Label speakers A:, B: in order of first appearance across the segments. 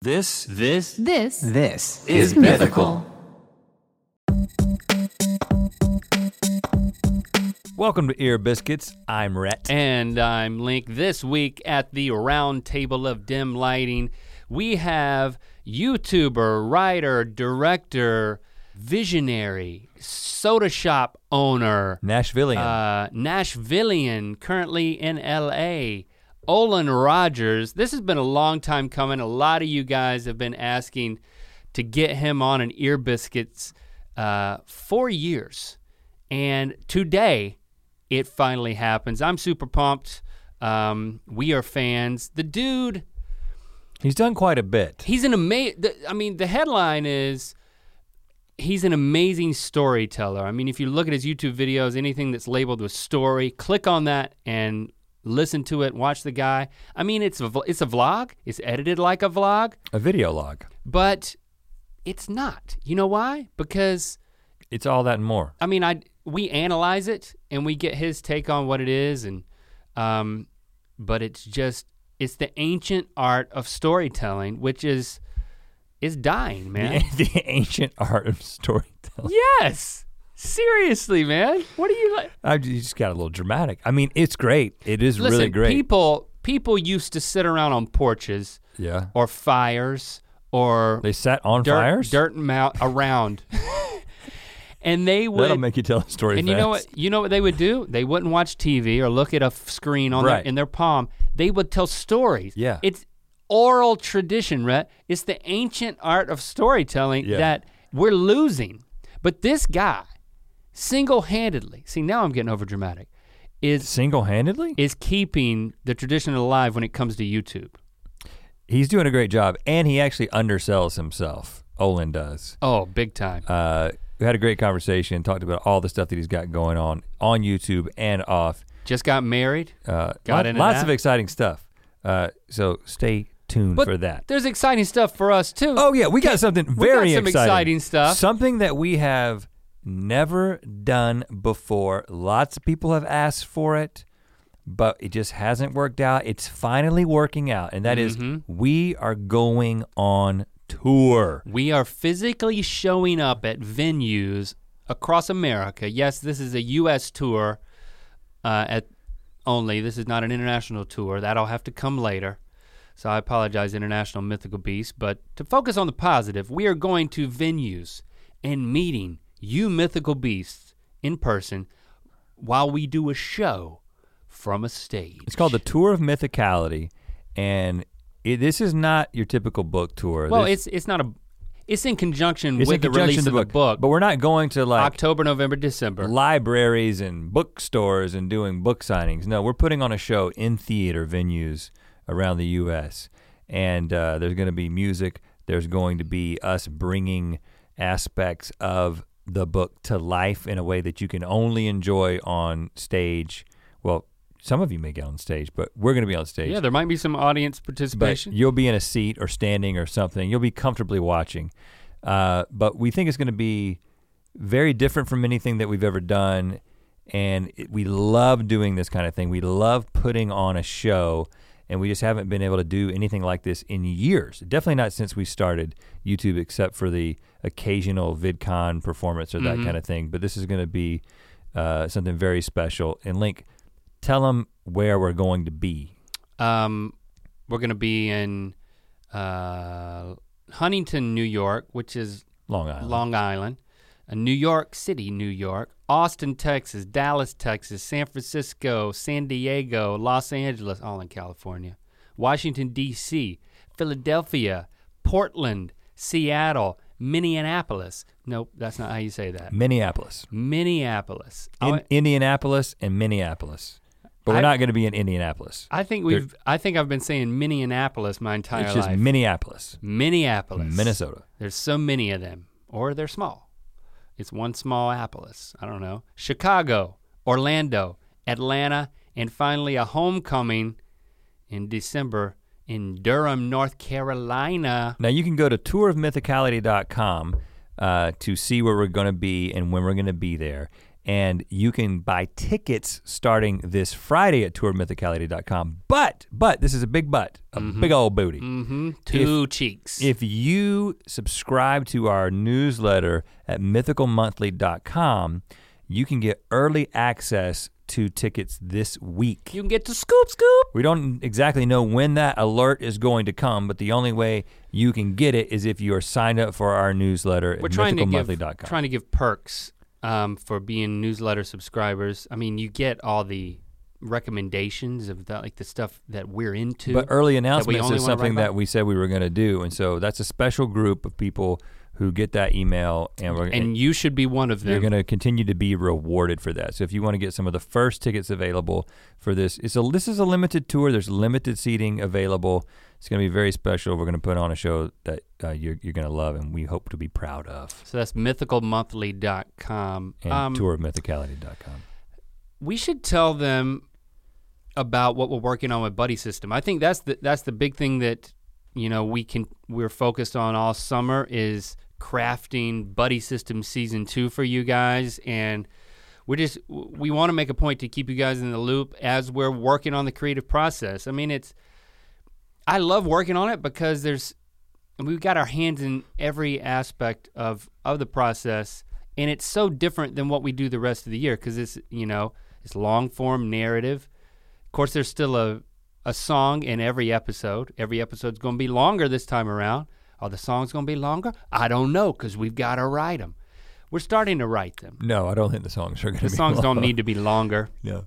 A: This, this
B: This
C: This
A: is mythical.
D: Welcome to Ear Biscuits. I'm Rhett.
E: And I'm Link. This week at the Round Table of Dim Lighting, we have YouTuber, writer, director, visionary, soda shop owner,
D: Nashvilleian.
E: uh, Nashvilleian, currently in LA, Olin Rogers. This has been a long time coming. A lot of you guys have been asking to get him on an Ear Biscuits uh, for years. And today, it finally happens. I'm super pumped. Um, we are fans. The dude,
D: He's done quite a bit.
E: he's an amazing, I mean, the headline is he's an amazing storyteller. I mean, if you look at his YouTube videos, anything that's labeled with story, click on that and listen to it, watch the guy. I mean, it's a, vl- it's a vlog, it's edited like a vlog,
D: A video log.
E: but it's not. You know why? Because
D: It's all that and more.
E: I mean, I we analyze it and we get his take on what it is, and um, but it's just it's the ancient art of storytelling, which is is dying, man.
D: the ancient art of storytelling.
E: yes, seriously, man. What are you like?
D: I you just got a little dramatic. I mean, it's great. It is
E: Listen,
D: really great.
E: people people used to sit around on porches
D: yeah.
E: or fires or
D: They sat on
E: dirt
D: fires.
E: dirt mount around, and they
D: That'll
E: would
D: make you tell a story.
E: And you know what?
D: fast.
E: You know what they would do? They wouldn't watch TV or look at a f- screen on
D: Right.
E: their, in their palm. They would tell stories.
D: Yeah.
E: It's oral tradition, Rhett. It's the ancient art of storytelling
D: Yeah.
E: that we're losing. But this guy, single-handedly, see now I'm getting over dramatic, is
D: Single-handedly,
E: is keeping the tradition alive when it comes to YouTube.
D: he's doing a great job, and he actually undersells himself. Olin does.
E: Oh, big time.
D: Uh, we had a great conversation. Talked about all the stuff that he's got going on on YouTube and off.
E: Just got married.
D: Uh,
E: Got
D: lot-
E: into
D: lots
E: that?
D: of exciting stuff. Uh, so stay tuned
E: But
D: for that.
E: There's exciting stuff for us too.
D: Oh yeah, we got something very
E: some
D: exciting.
E: exciting stuff.
D: Something that we have never done before. Lots of people have asked for it, but it just hasn't worked out. It's finally working out, and that is
E: Mm-hmm.
D: we are going on tour.
E: We are physically showing up at venues across America. Yes, this is a U.S. tour uh, at only. This is not an international tour. That'll have to come later. So I apologize, International Mythical Beast. But to focus on the positive, we are going to venues and meeting you mythical beasts in person while we do a show from a stage.
D: It's called the Tour of Mythicality, and it, this is not your typical book tour.
E: Well,
D: This-
E: it's it's not a. It's in conjunction
D: it's
E: with
D: in
E: the
D: conjunction
E: release
D: to
E: of the book.
D: but we're not going to like
E: October, November, December.
D: libraries and bookstores and doing book signings. No, we're putting on a show in theater venues around the U.S. And uh, there's going to be music. There's going to be us bringing aspects of the book to life in a way that you can only enjoy on stage. Well, some of you may get on stage, but we're going to be on stage.
E: Yeah, there might be some audience
D: but
E: participation.
D: you'll be in a seat or standing or something. You'll be comfortably watching. Uh, but we think it's going to be very different from anything that we've ever done. And it, we love doing this kind of thing. We love putting on a show. And we just haven't been able to do anything like this in years. Definitely not since we started YouTube, except for the occasional VidCon performance or that kind of thing. But this is going to be uh, something very special. And Link, tell them where we're going to be.
E: um, we're gonna be in uh, Huntington, New York, which is
D: Long Island.
E: Long Island, uh, New York City, New York, Austin, Texas, Dallas, Texas, San Francisco, San Diego, Los Angeles, all in California, Washington, D.C., Philadelphia, Portland, Seattle, Minneapolis. Nope, that's not how you say that.
D: Minneapolis.
E: Minneapolis. I
D: in
E: went-
D: Indianapolis and Minneapolis. But we're
E: I-
D: not going to be in Indianapolis.
E: I think we've. I think I've been saying Minneapolis my entire
D: It's just
E: life.
D: Minneapolis,
E: Minneapolis,
D: Minnesota.
E: There's so many of them, or they're small. It's one small Apolis. I don't know. Chicago, Orlando, Atlanta, and finally a homecoming in December in Durham, North Carolina.
D: Now you can go to tourofmythicality.com uh, to see where we're going to be and when we're going to be there. And you can buy tickets starting this Friday at tourmythicality.com. But, but, this is a big but, a big old booty.
E: Mm-hmm. Two cheeks.
D: If you subscribe to our newsletter at mythicalmonthly.com, you can get early access to tickets this week.
E: you can get to scoop scoop.
D: We don't exactly know when that alert is going to come, but the only way you can get it is if you are signed up for our newsletter
E: We're
D: at
E: trying to give
D: mythicalmonthly.com.
E: trying to give perks um, for being newsletter subscribers. I mean, you get all the recommendations of the, like the stuff that we're into.
D: But early
E: only
D: announcements
E: wanna
D: is
E: write
D: something
E: about?
D: that we said we were going to do, and so that's a special group of people who get that email, and we're
E: and you should be one of
D: you're
E: them.
D: going to continue to be rewarded for that. So if you want to get some of the first tickets available for this, it's a this is a limited tour. There's limited seating available. It's going to be very special. We're going to put on a show that uh, you're you're going to love, and we hope to be proud of.
E: so that's mythicalmonthly.com.
D: And tourofmythicality.com.
E: we should tell them about what we're working on with buddy system i think that's the that's the big thing that you know we can we're focused on all summer is crafting buddy system season two for you guys and we're just we want to make a point to keep you guys in the loop as we're working on the creative process i mean it's i love working on it because there's we've got our hands in every aspect of of the process and it's so different than what we do the rest of the year because it's you know it's long form narrative of course there's still a a song in every episode every episode's going to be longer this time around are the songs going to be longer i don't know because we've got to write them we're starting to write them
D: No, I don't think the songs are going to
E: the
D: be
E: songs
D: long.
E: don't need to be longer
D: No.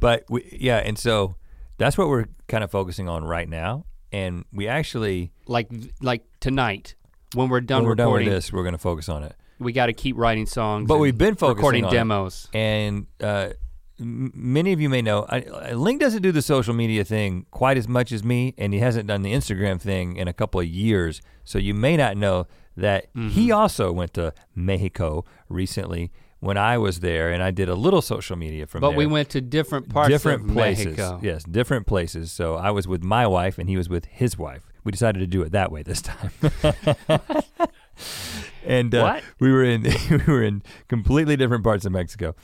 D: But we, yeah, and so that's what we're kind of focusing on right now. And we actually,
E: like like tonight when we're done
D: when we're done with
E: recording
D: this, we're going to focus on it.
E: we got to keep writing songs
D: But
E: and
D: we've been focusing
E: recording
D: on it.
E: demos
D: And uh, m- many of you may know, I, I- Ling doesn't do the social media thing quite as much as me, and he hasn't done the Instagram thing in a couple of years. So you may not know that
E: Mm-hmm.
D: he also went to Mexico recently when I was there, and I did a little social media from
E: but
D: there.
E: we went to different parts
D: different
E: of
D: places.
E: Mexico.
D: Yes, different places. So I was with my wife and he was with his wife. We decided to do it that way this time. and uh,
E: What?
D: we were in we were in completely different parts of Mexico.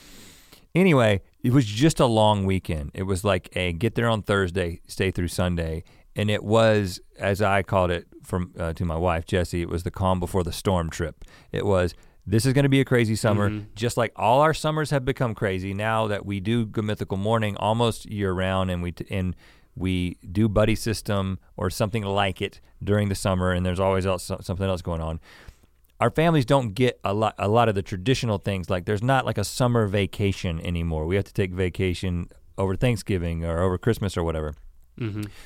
D: Anyway, it was just a long weekend. It was like a get there on Thursday, stay through Sunday, and it was as I called it from uh, to my wife Jesse. It was the calm before the storm trip. It was. This is going to be a crazy summer, just like all our summers have become crazy. Now that we do Good Mythical Morning almost year round, and we t- and we do buddy system or something like it during the summer, and there's always else, something else going on our families don't get a lot a lot of the traditional things like there's not like a summer vacation anymore we have to take vacation over thanksgiving or over christmas or whatever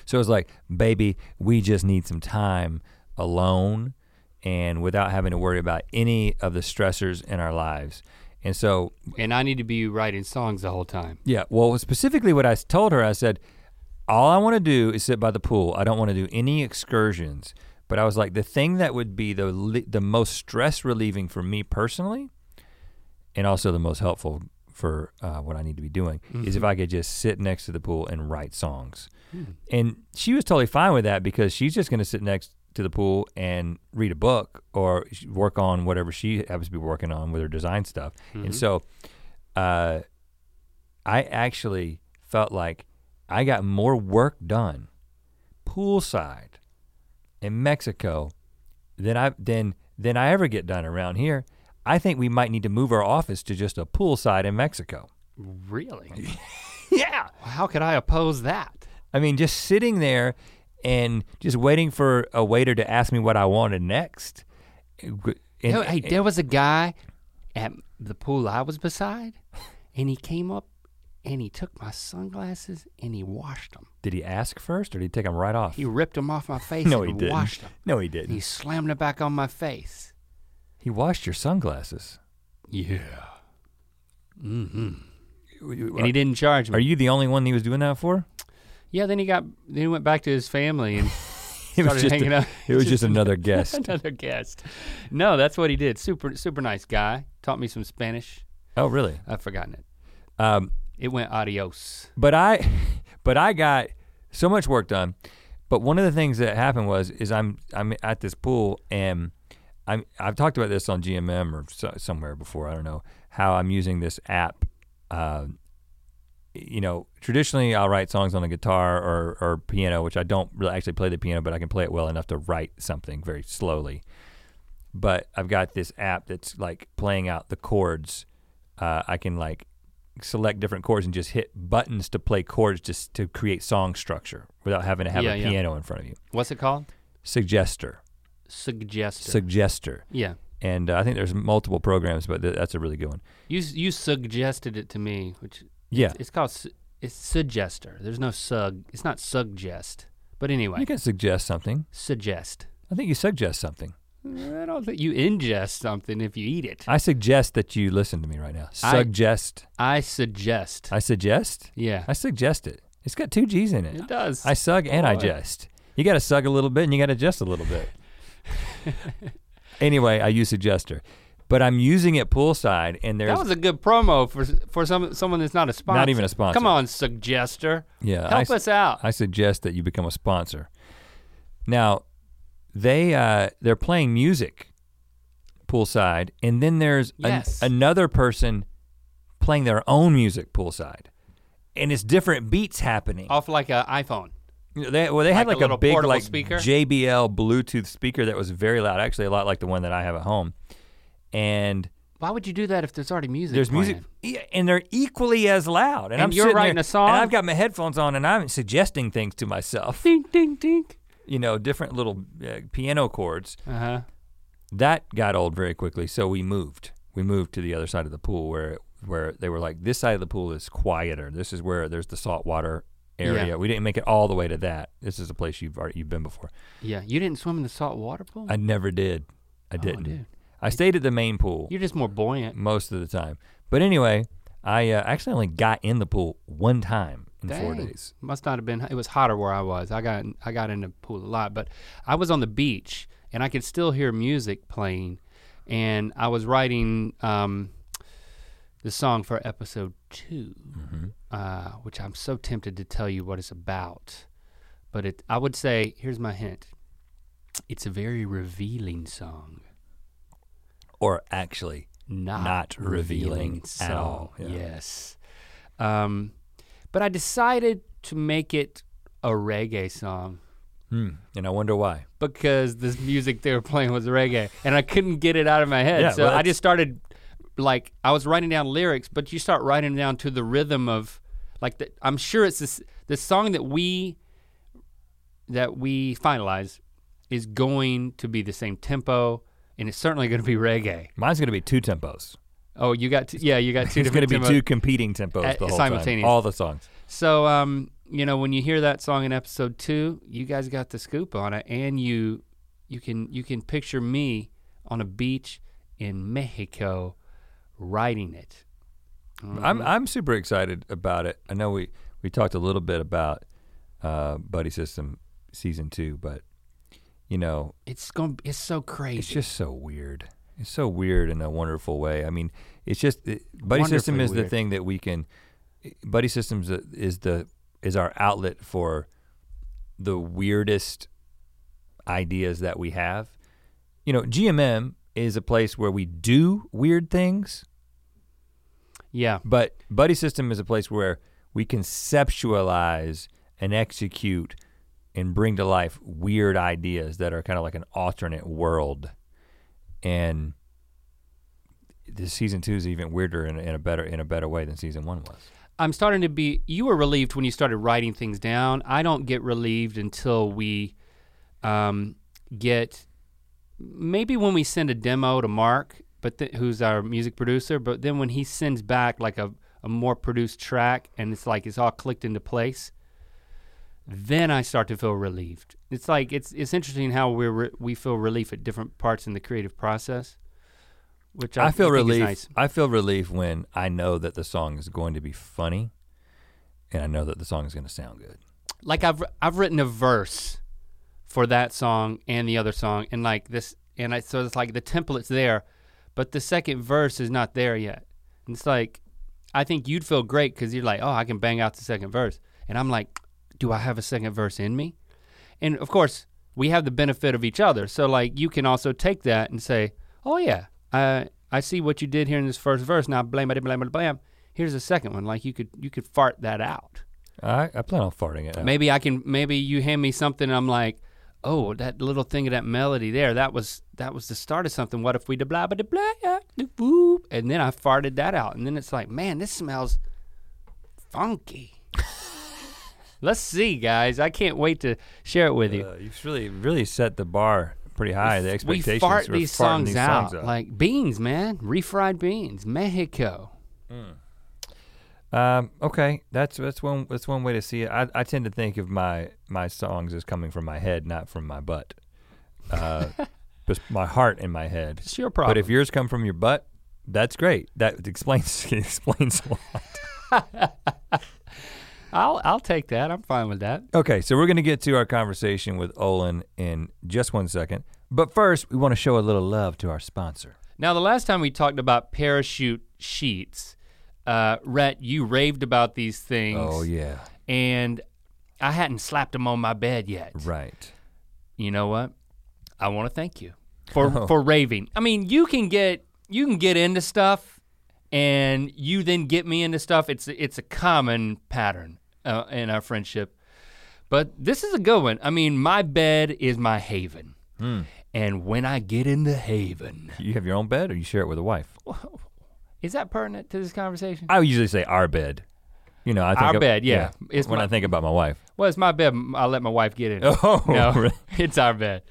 D: so it's like baby we just need some time alone and without having to worry about any of the stressors in our lives and so
E: and I need to be writing songs the whole time.
D: yeah. Well, specifically, what I s- told her, I said, all I want to do is sit by the pool. I don't want to do any excursions. But I was like, the thing that would be the li- the most stress relieving for me personally, and also the most helpful for uh, what I need to be doing, is if I could just sit next to the pool and write songs. And she was totally fine with that because she's just going to sit next to the pool and read a book or sh- work on whatever she happens to be working on with her design stuff. And so. Uh, I actually felt like I got more work done poolside in Mexico than I than than I ever get done around here. I think we might need to move our office to just a poolside in Mexico.
E: Really?
D: Yeah.
E: How could I oppose that?
D: I mean, just sitting there and just waiting for a waiter to ask me what I wanted next. And-
E: No, hey, there was a guy at the pool I was beside, and he came up and he took my sunglasses and he washed them.
D: did he ask first or did he take them right off?
E: He ripped them off my face
D: no,
E: and
D: he didn't.
E: washed them.
D: No, he
E: He
D: didn't.
E: slammed it back on my face.
D: He washed your sunglasses.
E: Yeah. Mm-hmm. And he didn't charge me.
D: uh, Are you the only one he was doing that for?
E: yeah, then he got then he went back to his family and
D: It was
E: started
D: just
E: hanging
D: a-
E: out.
D: It was just another guest.
E: another guest. No, that's what he did. Super super nice guy. Taught me some Spanish.
D: Oh, really?
E: I've forgotten it.
D: Um,
E: It went adios.
D: but I, but I got so much work done. But one of the things that happened was, is I'm I'm at this pool and I'm I've talked about this on GMM or so, somewhere before. I don't know how I'm using this app. Uh, you know, traditionally I'll write songs on a guitar or, or piano, which I don't really actually play the piano, but I can play it well enough to write something very slowly. But I've got this app that's like playing out the chords. Uh, I can like select different chords and just hit buttons to play chords just to create song structure without having to have
E: Yeah,
D: a
E: yeah.
D: piano in front of you.
E: What's it called?
D: Suggester,
E: Suggested.
D: suggester,
E: yeah.
D: and uh, I think there's multiple programs, but th- that's a really good one.
E: You s- you suggested it to me, which
D: Yeah,
E: it's called su- it's suggester. There's no sug. It's not suggest. But anyway,
D: you can suggest something.
E: suggest.
D: I think you suggest something.
E: I don't think you ingest something if you eat it.
D: I suggest that you listen to me right now.
E: I-
D: Suggest.
E: I suggest.
D: I, suggest.
E: yeah.
D: I suggest it. It's got two G's in it.
E: it does.
D: I sug and I
E: Boy.
D: jest. You got to sug a little bit and you got to jest a little bit. anyway, I use suggester, but I'm using it poolside, and there's
E: that was a good promo for for some someone that's not a sponsor.
D: even a sponsor.
E: Come on, suggester.
D: yeah. I
E: Help
D: s-
E: us out.
D: I suggest that you become a sponsor. Now, they uh, they're playing music poolside, and then there's an-
E: Yes.
D: another person playing their own music poolside, and it's different beats happening.
E: Off like an iPhone.
D: You know, They, well, they had
E: Oh.
D: like
E: Like a
D: a,
E: little
D: big
E: portable
D: like
E: speaker?
D: JBL Bluetooth speaker that was very loud, actually a lot like the one that I have at home, and
E: Why would you do that if there's already music?
D: there's
E: playing?
D: music, yeah, and they're equally as loud. And,
E: And
D: I'm
E: you're
D: sitting
E: writing
D: there,
E: a song?
D: and I've got my headphones on, and I'm suggesting things to myself.
E: Ding ding ding.
D: you know, different little uh, piano chords.
E: Uh huh.
D: That got old very quickly, so we moved. We moved to the other side of the pool where where they were like, this side of the pool is quieter. This is where there's the saltwater area.
E: Yeah.
D: We didn't make it all the way to that. This is a place you've already, you've been before.
E: Yeah. You didn't swim in the salt water pool.
D: I never did. I didn't.
E: Oh, dude.
D: I stayed at the main pool
E: You're just more buoyant.
D: most of the time. But anyway, I uh, actually only got in the pool one time in four
E: Dang.
D: days.
E: Must not have been. It was hotter where I was. I got I got in the pool a lot, but I was on the beach and I could still hear music playing, and I was writing um, the song for episode 2
D: Mm-hmm.
E: uh, which I'm so tempted to tell you what it's about, but it I would say here's my hint. It's a very revealing song,
D: Or actually,
E: not,
D: Not revealing at all,
E: song.
D: yeah.
E: Yes. Um, but I decided to make it a reggae song
D: hmm, and I wonder why.
E: because this music they were playing was reggae and I couldn't get it out of my head.
D: Yeah,
E: so
D: well,
E: I
D: it's-
E: just started like I was writing down lyrics, but you start writing down to the rhythm of like the, I'm sure it's this the song that we that we finalize is going to be the same tempo and it's certainly going to be reggae.
D: Mine's gonna be two tempos.
E: Oh, you got t- yeah, you got two
D: It's going to
E: different
D: be
E: tempo-
D: two competing tempos
E: At-
D: the whole
E: simultaneous.
D: time. All the songs.
E: So, um, you know, when you hear that song in episode two, you guys got the scoop on it, and you, you can you can picture me on a beach in Mexico, writing it. Mm-hmm.
D: I'm I'm super excited about it. I know we we talked a little bit about uh, Buddy System season two, but you know
E: It's going. to It's so crazy.
D: it's just so weird. It's so weird in a wonderful way. I mean, it's just it, Buddy System
E: Wonderfully
D: is
E: weird.
D: the thing that we can. Buddy Systems is the is our outlet for the weirdest ideas that we have. You know, GMM is a place where we do weird things.
E: yeah.
D: But buddy system is a place where we conceptualize and execute and bring to life weird ideas that are kind of like an alternate world. And this season two is even weirder in, a- in a better in a better way than season one was.
E: I'm starting to be. You were relieved when you started writing things down. I don't get relieved until we um, get maybe when we send a demo to Mark, but th- who's our music producer. But then when he sends back like a, a more produced track, and it's like it's all clicked into place, then I start to feel relieved. It's like it's it's interesting how we re- we feel relief at different parts in the creative process. Which I,
D: I feel
E: think is
D: relief.
E: nice.
D: I feel relief when I know that the song is going to be funny, and I know that the song is going to sound good.
E: like I've I've written a verse for that song and the other song and like this and I so it's like the template's there, but the second verse is not there yet. And it's like I think you'd feel great because you're like, oh, I can bang out the second verse, and I'm like, do I have a second verse in me? And of course, we have the benefit of each other. So like you can also take that and say, oh yeah, I I see what you did here in this first verse. Now blam blam blam blam. Here's the second one. Like you could you could fart that out.
D: I, I plan on farting it. Out.
E: Maybe I can. Maybe you hand me something. I'm like, oh, that little thing of that melody there. That was that was the start of something. What if we da blah blah da blah yeah, da boop? And then I farted that out. And then it's like, man, this smells funky. Let's see, guys. I can't wait to share it with you.
D: Uh, you've really really set the bar pretty high. the expectations
E: we fart
D: were
E: these
D: farting
E: songs,
D: these
E: out,
D: songs out.
E: like beans, man. Refried beans, Mexico.
D: Um, okay, that's that's one that's one way to see it. I, I tend to think of my my songs as coming from my head, not from my butt. Uh, just my heart and my head.
E: It's your
D: But
E: problem.
D: if yours come from your butt, that's great. That explains explains a lot.
E: I'll I'll take that. I'm fine with that.
D: Okay, so we're gonna get to our conversation with Olin in just one second. But first, we want to show a little love to our sponsor.
E: Now, the last time we talked about parachute sheets, uh, Rhett, you raved about these things.
D: Oh yeah,
E: And I hadn't slapped them on my bed yet.
D: right.
E: You know what? I want to thank you for for raving. I mean, you can get you can get into stuff, and you then get me into stuff. It's it's a common pattern uh, in our friendship. But this is a good one. I mean, my bed is my haven,
D: Hmm.
E: and when I get into haven,
D: You have your own bed, or you share it with a wife.
E: is that pertinent to this conversation?
D: I usually say our bed. You know, I think
E: Our
D: of-
E: bed, yeah. It's
D: when
E: my-
D: I think about my wife.
E: Well, it's my bed. I let my wife get in. it.
D: Oh,
E: no,
D: really?
E: it's our bed,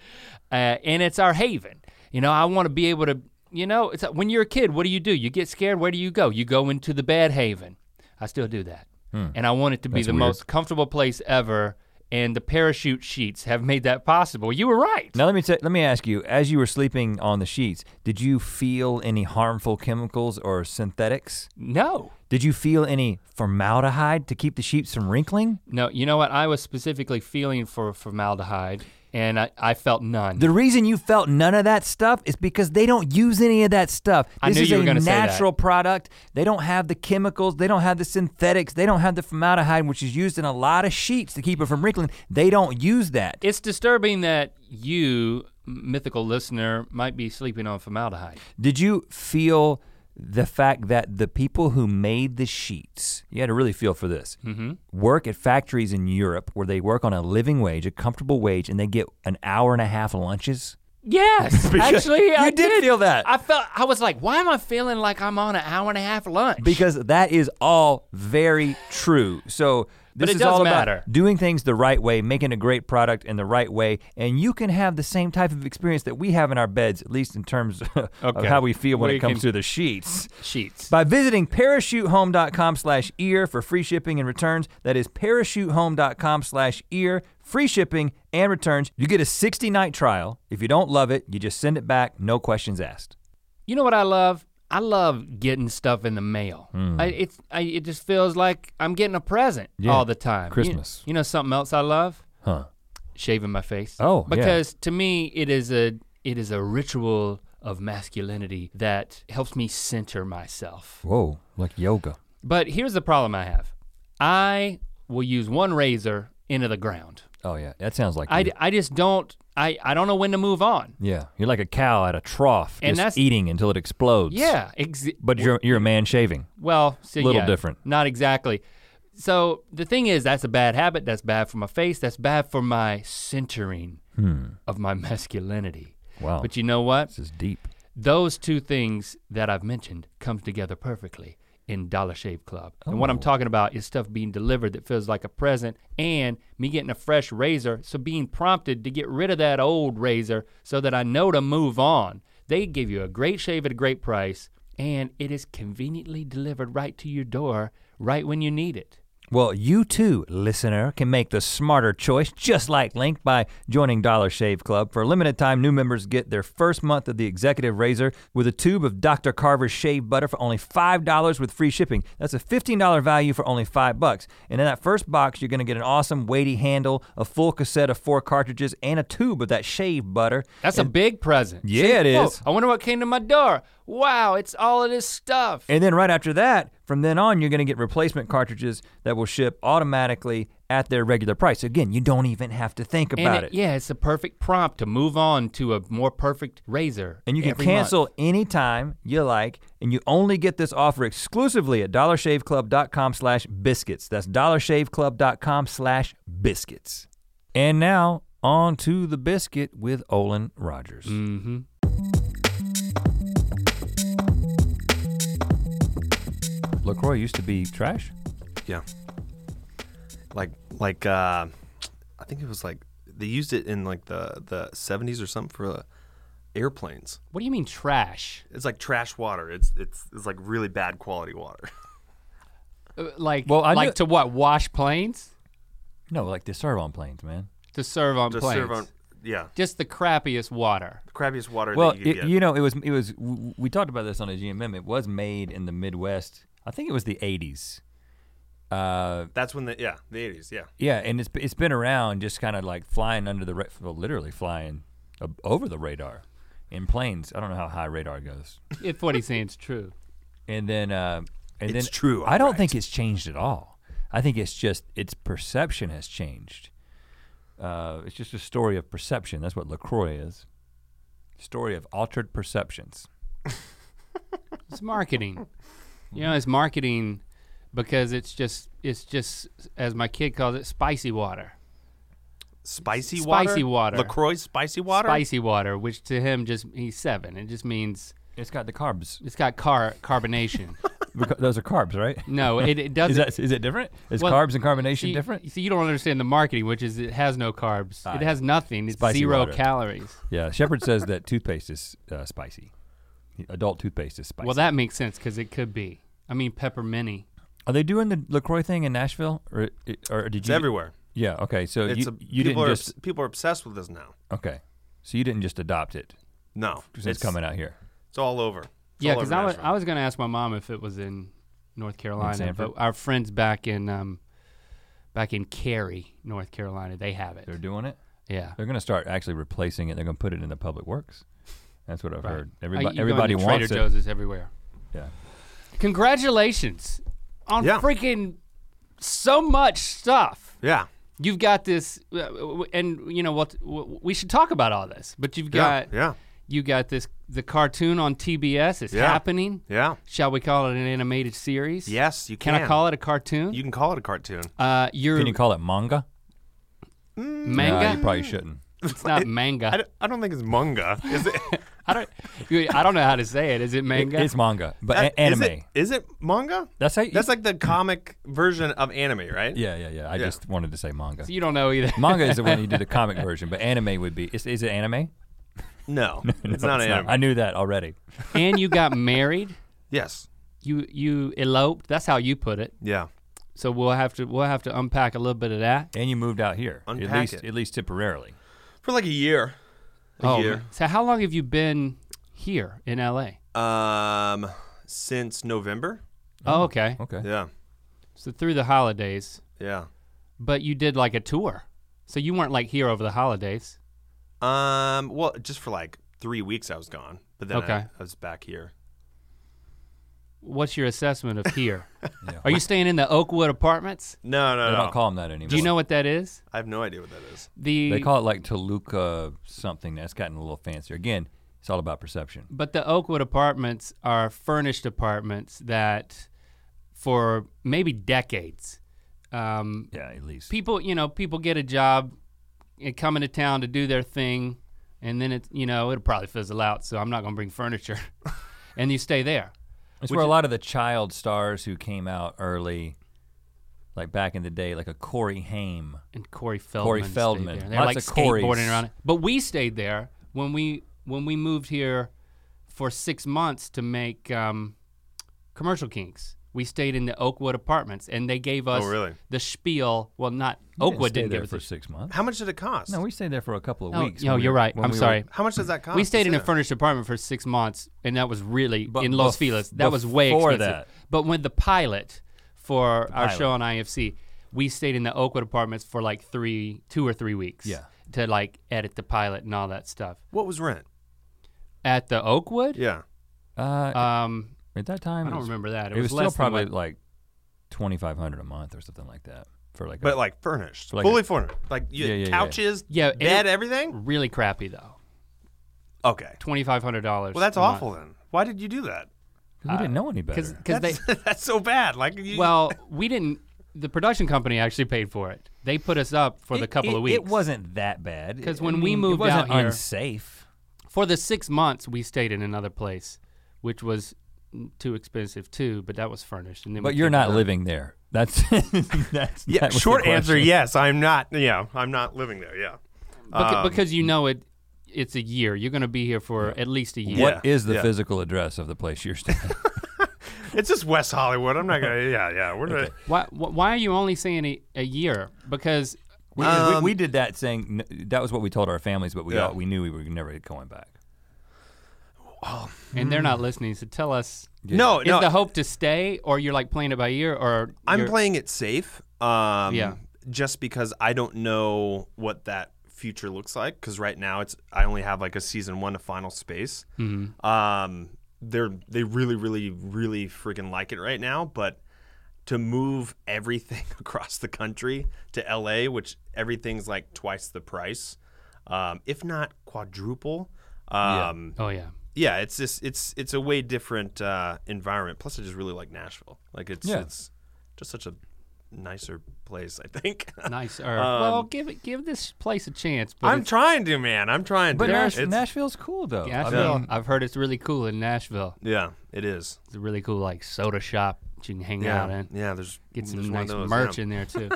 E: uh, and it's our haven. You know, I want to be able to. You know, it's when you're a kid. What do you do? You get scared. Where do you go? You go into the bed haven. I still do that, and I want it to be
D: Hmm. That's
E: the
D: weird.
E: most comfortable place ever. And the parachute sheets have made that possible. You were right.
D: Now let me t- let me ask you: as you were sleeping on the sheets, did you feel any harmful chemicals or synthetics?
E: No.
D: Did you feel any formaldehyde to keep the sheets from wrinkling?
E: No, you know what? I was specifically feeling for formaldehyde, and I, I felt none.
D: The reason you felt none of that stuff is because they don't use any of that stuff. This
E: I knew
D: is
E: you were
D: a
E: gonna say that.
D: natural product. They don't have the chemicals. They don't have the synthetics. They don't have the formaldehyde, which is used in a lot of sheets to keep it from wrinkling. They don't use that.
E: it's disturbing that you, mythical listener, might be sleeping on formaldehyde.
D: Did you feel the fact that the people who made the sheets, you had to really feel for this,
E: Mm-hmm.
D: work at factories in Europe where they work on a living wage, a comfortable wage, and they get an hour and a half lunches?
E: Yes, actually,
D: you
E: I
D: did feel that.
E: I felt I was like, why am I feeling like I'm on an hour and a half lunch?
D: Because that is all very true. So this
E: it
D: is
E: does
D: all
E: matter.
D: about doing things the right way, making a great product in the right way, and you can have the same type of experience that we have in our beds, at least in terms of
E: Okay.
D: how we feel when
E: We
D: it comes
E: can-
D: to the sheets.
E: sheets.
D: by visiting parachutehome.com slash ear for free shipping and returns. That is parachutehome.com slash ear, free shipping and returns. You get a 60 night trial. If you don't love it, you just send it back, no questions asked.
E: You know what I love? I love getting stuff in the mail. I, it's I, it just feels like I'm getting a present
D: Hmm. Yeah,
E: all the time. You-
D: Christmas.
E: You, know something else I love?
D: Huh.
E: Shaving my face.
D: Oh, yeah.
E: because to me it is a it is a ritual of masculinity that helps me center myself.
D: Whoa, like yoga.
E: But here's the problem I have. I will use one razor into the ground.
D: Oh, yeah. That sounds like
E: I,
D: you.
E: I just don't I, I don't know when to move on.
D: Yeah. You're like a cow at a trough
E: And
D: just
E: that's-
D: eating until it explodes.
E: Yeah, ex-
D: But you're, you're a man shaving.
E: well, so
D: Little
E: yeah,
D: different.
E: Not exactly. So the thing is, that's a bad habit. That's bad for my face. That's bad for my centering of my masculinity.
D: Hmm. Wow.
E: But you know what?
D: this is deep.
E: Those two things that I've mentioned come together perfectly in Dollar Shave Club. And
D: Oh.
E: what I'm talking about is stuff being delivered that feels like a present and me getting a fresh razor. So being prompted to get rid of that old razor so that I know to move on. They give you a great shave at a great price and it is conveniently delivered right to your door right when you need it.
D: Well, you too, listener, can make the smarter choice just like Link by joining Dollar Shave Club. For a limited time, new members get their first month of the Executive Razor with a tube of Dr. Carver's shave butter for only $5 with free shipping. That's a $15 value for only 5 bucks. And in that first box, you're going to get an awesome weighty handle, a full cassette of 4 cartridges, and a tube of that shave butter.
E: That's a big present.
D: Yeah, it
E: Whoa,
D: is.
E: I wonder what came to my door. Wow, it's all of this stuff.
D: And then right after that, From then on, you're going to get replacement cartridges that will ship automatically at their regular price. Again, you don't even have to think
E: And
D: about it.
E: Yeah, it's the perfect prompt to move on to a more perfect razor.
D: And you can
E: every month.
D: cancel anytime you like, and you only get this offer exclusively at dollarshaveclub.com slash biscuits. That's dollarshaveclub.com slash biscuits. And now, on to the biscuit with Olin Rogers.
E: Mm-hmm.
D: LaCroix used to be trash.
B: Yeah. Like like uh I think it was like they used it in like the the 70s or something for uh, airplanes.
E: What do you mean trash?
B: It's like trash water. It's it's it's like really bad quality water.
E: Uh, like,
D: Well, I
E: like
D: knew-
E: to what? Wash planes
D: No, like they serve on planes, man.
E: to serve on
B: Just
E: planes.
B: serve on yeah,
E: Just the crappiest water.
B: the crappiest water
D: Well,
B: that you could
D: it,
B: get.
D: you know, it was it was w- we talked about this on a GMM. It was made in the Midwest. I think it was the 80s. Uh,
B: That's when the yeah, the 80s, yeah.
D: Yeah, and it's it's been around, just kind of like flying under the ra- well, literally flying uh, over the radar in planes. I don't know how high radar goes.
E: If what he's saying is true.
D: And then, uh, and
B: It's
D: then
B: true,
D: I don't
B: alright.
D: think it's changed at all. I think it's just its perception has changed. Uh, it's just a story of perception. That's what Lacroix is. Story of altered perceptions.
E: It's marketing. you know, it's marketing because it's just it's just as my kid calls it, spicy water.
B: Spicy water.
E: Spicy water.
B: LaCroix spicy water.
E: Spicy water, which to him just he's seven. It just means
D: It's got the carbs.
E: it's got car carbonation.
D: Beca- Those are carbs, right?
E: no, it, it doesn't.
D: Is that is it different? Is
E: Well,
D: carbs and carbonation
E: See-
D: different?
E: See, you don't understand the marketing, which is it has no carbs.
D: Ah,
E: it has nothing. It's
D: Spicy
E: zero
D: water.
E: calories.
D: Yeah, Shepard says that toothpaste is uh, spicy. Adult toothpaste is spicy.
E: Well, that makes sense because it could be. I mean, pepperminty.
D: are they doing the Lacroix thing in Nashville, or or did
B: It's
D: you?
B: everywhere.
D: Yeah. Okay. So
B: It's
D: you,
B: a,
D: you
B: people
D: didn't
B: are
D: just
B: obs- people are obsessed with this now.
D: okay. So you didn't just adopt it
B: No.
D: 'cause it's, coming out here.
B: It's all over. It's
E: Yeah,
B: all
E: because
B: over
E: I was,
B: Nashville.
E: I was going to ask my mom if it was in North Carolina,
D: Sanford?
E: but our friends back in um, back in Cary, North Carolina, they have it.
D: They're doing it.
E: yeah,
D: They're going to start actually replacing it. They're going to put it in the public works. That's what I've
E: Right.
D: heard.
E: Uh, you
D: Everybody,
E: go
D: everybody
E: into
D: wants
E: Trader
D: it.
E: Joe's is everywhere.
D: Yeah.
E: Congratulations on
B: Yeah.
E: freaking so much stuff.
B: Yeah.
E: You've got this, uh, w- and you know what? w- We should talk about all this, but you've
B: Yeah.
E: got
B: Yeah.
E: you got this. The cartoon on TBS is
B: Yeah.
E: happening.
B: Yeah.
E: Shall we call it an animated series?
B: Yes, you
E: Can
B: can.
E: I call it a cartoon?
B: You can call it a cartoon.
E: uh, your
D: Can you call it manga?
E: manga.
D: Uh, you probably shouldn't.
E: It's not manga.
B: I don't, I don't think it's manga. Is it?
E: I don't. you- I don't know how to say it. Is it manga?
D: It's manga, but
B: that-
D: a- anime.
B: Is it, is it manga?
D: That's how. You,
B: That's like the comic version of anime, right?
D: yeah, yeah, yeah. I
B: Yeah.
D: just wanted to say manga.
E: you don't know either.
D: manga is the one you did the comic version, but anime would be. Is, is it anime?
B: No, it's
D: No,
B: not anime.
D: I knew that already.
E: and you got married.
B: Yes.
E: You you eloped. That's how you put it.
B: Yeah.
E: So we'll have to we'll have to unpack a little bit of that.
D: And you moved out here, at
B: Unpack
D: least
B: it.
D: at least temporarily.
B: For like a year. A
D: Oh,
B: year.
E: man. Oh, so how long have you been here in LA?
B: Um, since November.
E: Oh, okay.
D: Okay.
B: Yeah.
E: So through the holidays,
B: Yeah.
E: but you did like a tour. So you weren't like here over the holidays.
B: Um. Well, just for like three weeks, I was gone, but then I-
E: Okay.
B: I, was back here.
E: What's your assessment of here?
D: Yeah.
E: Are you staying in the Oakwood apartments?
B: No, no,
D: They
B: no.
D: don't call them that anymore.
E: Do you know what that is?
B: I have no idea what that is.
E: The
D: They call it like Toluca something. That's gotten a little fancier. Again, it's all about perception.
E: But the Oakwood apartments are furnished apartments that, for maybe decades, um,
D: Yeah, at least.
E: people you know people get a job and come into town to do their thing, and then it's you know it'll probably fizzle out. So I'm not gonna bring furniture, and you stay there.
D: It's where a lot of the child stars who came out early, like back in the day, like a Corey Haim.
E: And Corey Feldman. stayed
D: Feldman.
E: there. They're
D: Lots
E: like
D: of
E: skateboarding
D: Corys.
E: around. But we stayed there when we when we moved here for six months to make um, Commercial Kings. We stayed in the Oakwood apartments, and they gave us
B: Oh, really?
E: the spiel. Well, not
D: We
E: Oakwood
D: stay
E: didn't,
D: there
E: give us
D: for
E: us.
D: six months.
B: How much did it cost?
D: No, we stayed there for a couple of
E: No,
D: weeks.
E: no,
D: when we
E: you're
D: were-
E: right.
D: when
E: I'm
D: we were-
E: sorry.
B: How much does that cost?
E: we stayed in a
B: Consider.
E: furnished apartment for six months, and that was really
D: But
E: in Los
D: bef-
E: Feliz. That was way
D: before
E: expensive.
D: that.
E: But when the pilot for our
D: pilot.
E: show on IFC, we stayed in the Oakwood apartments for like three, two or three weeks.
D: Yeah.
E: To like edit the pilot and all that stuff
B: What was rent?
E: at the Oakwood.
B: Yeah.
D: Uh,
E: Um,
D: At that time,
E: I
D: it
E: don't
D: was,
E: remember that.
D: It
E: It,
D: was,
E: was,
D: still
E: less
D: probably
E: than what,
D: like twenty five hundred a month or something like that for like. a,
B: But like furnished,
D: Like
B: fully
D: a-
B: furnished, like you
D: Yeah, yeah, yeah.
B: couches,
E: Yeah, it-
B: bed, everything.
E: really crappy though.
B: Okay.
E: Twenty five hundred dollars.
B: Well, that's awful then. Why did you do that?
D: 'cause we didn't know any better.
E: Because because they
B: That's, that's so bad. Like you,
E: well we didn't. The production company actually paid for it. They put us up for the
D: It-
E: couple
D: it-
E: of weeks.
D: It wasn't that bad.
E: 'Cause
D: I
E: when we
D: mean,
E: moved
D: it wasn't
E: out here-
D: unsafe.
E: for the six months we stayed in another place, which was too expensive too. But that was furnished. And then we
D: But you're
E: came
D: not
E: back.
D: living there. That's that's
B: yeah.
D: that was the
B: Short answer:
D: question.
B: Yes, I'm not. Yeah, I'm not living there. Yeah.
E: Beca-
B: Um,
E: because you know it. It's a year. You're going to be here for at least a year.
D: What
B: Yeah,
D: is the
B: yeah.
D: physical address of the place you're staying?
B: It's just West Hollywood. I'm not gonna. Yeah, yeah. We're not.
E: Why, wh- why are you only saying a, a year? Because
D: We,
B: Um,
D: we, we did that saying n- that was what we told our families, but we
B: Yeah.
D: all, we knew we were never going back.
E: and they're not listening. So tell us,
B: No,
E: is
B: Hmm. no.
E: the hope to stay, or you're like playing it by ear, or
B: I'm
E: you're-
B: playing it safe. Um,
E: Yeah.
B: Just because I don't know what that future looks like, because right now it's I only have like a season one to final space.
E: Mm-hmm.
B: Um, they're they really, really, really freaking like it right now, but to move everything across the country to LA, which everything's like twice the price, um, if not quadruple. Um,
E: Oh yeah,
B: yeah. it's just it's it's a way different uh, environment. Plus, I just really like Nashville. Like it's
D: Yeah.
B: it's just such a nicer place. I think.
E: nice. Or well, give it, give this place a chance. But
B: Um, I'm
E: it's-
B: trying to, man. I'm trying to.
D: But Nash-
B: It's-
D: Nashville's cool though. I
E: Nashville.
D: mean,
E: I've heard it's really cool in Nashville.
B: yeah, it is.
E: It's a really cool like soda shop that you can hang
B: Yeah,
E: out in.
B: yeah. There's
E: Get
B: there's
E: some
B: one
E: nice
B: of those,
E: merch
B: yeah.
E: in there too.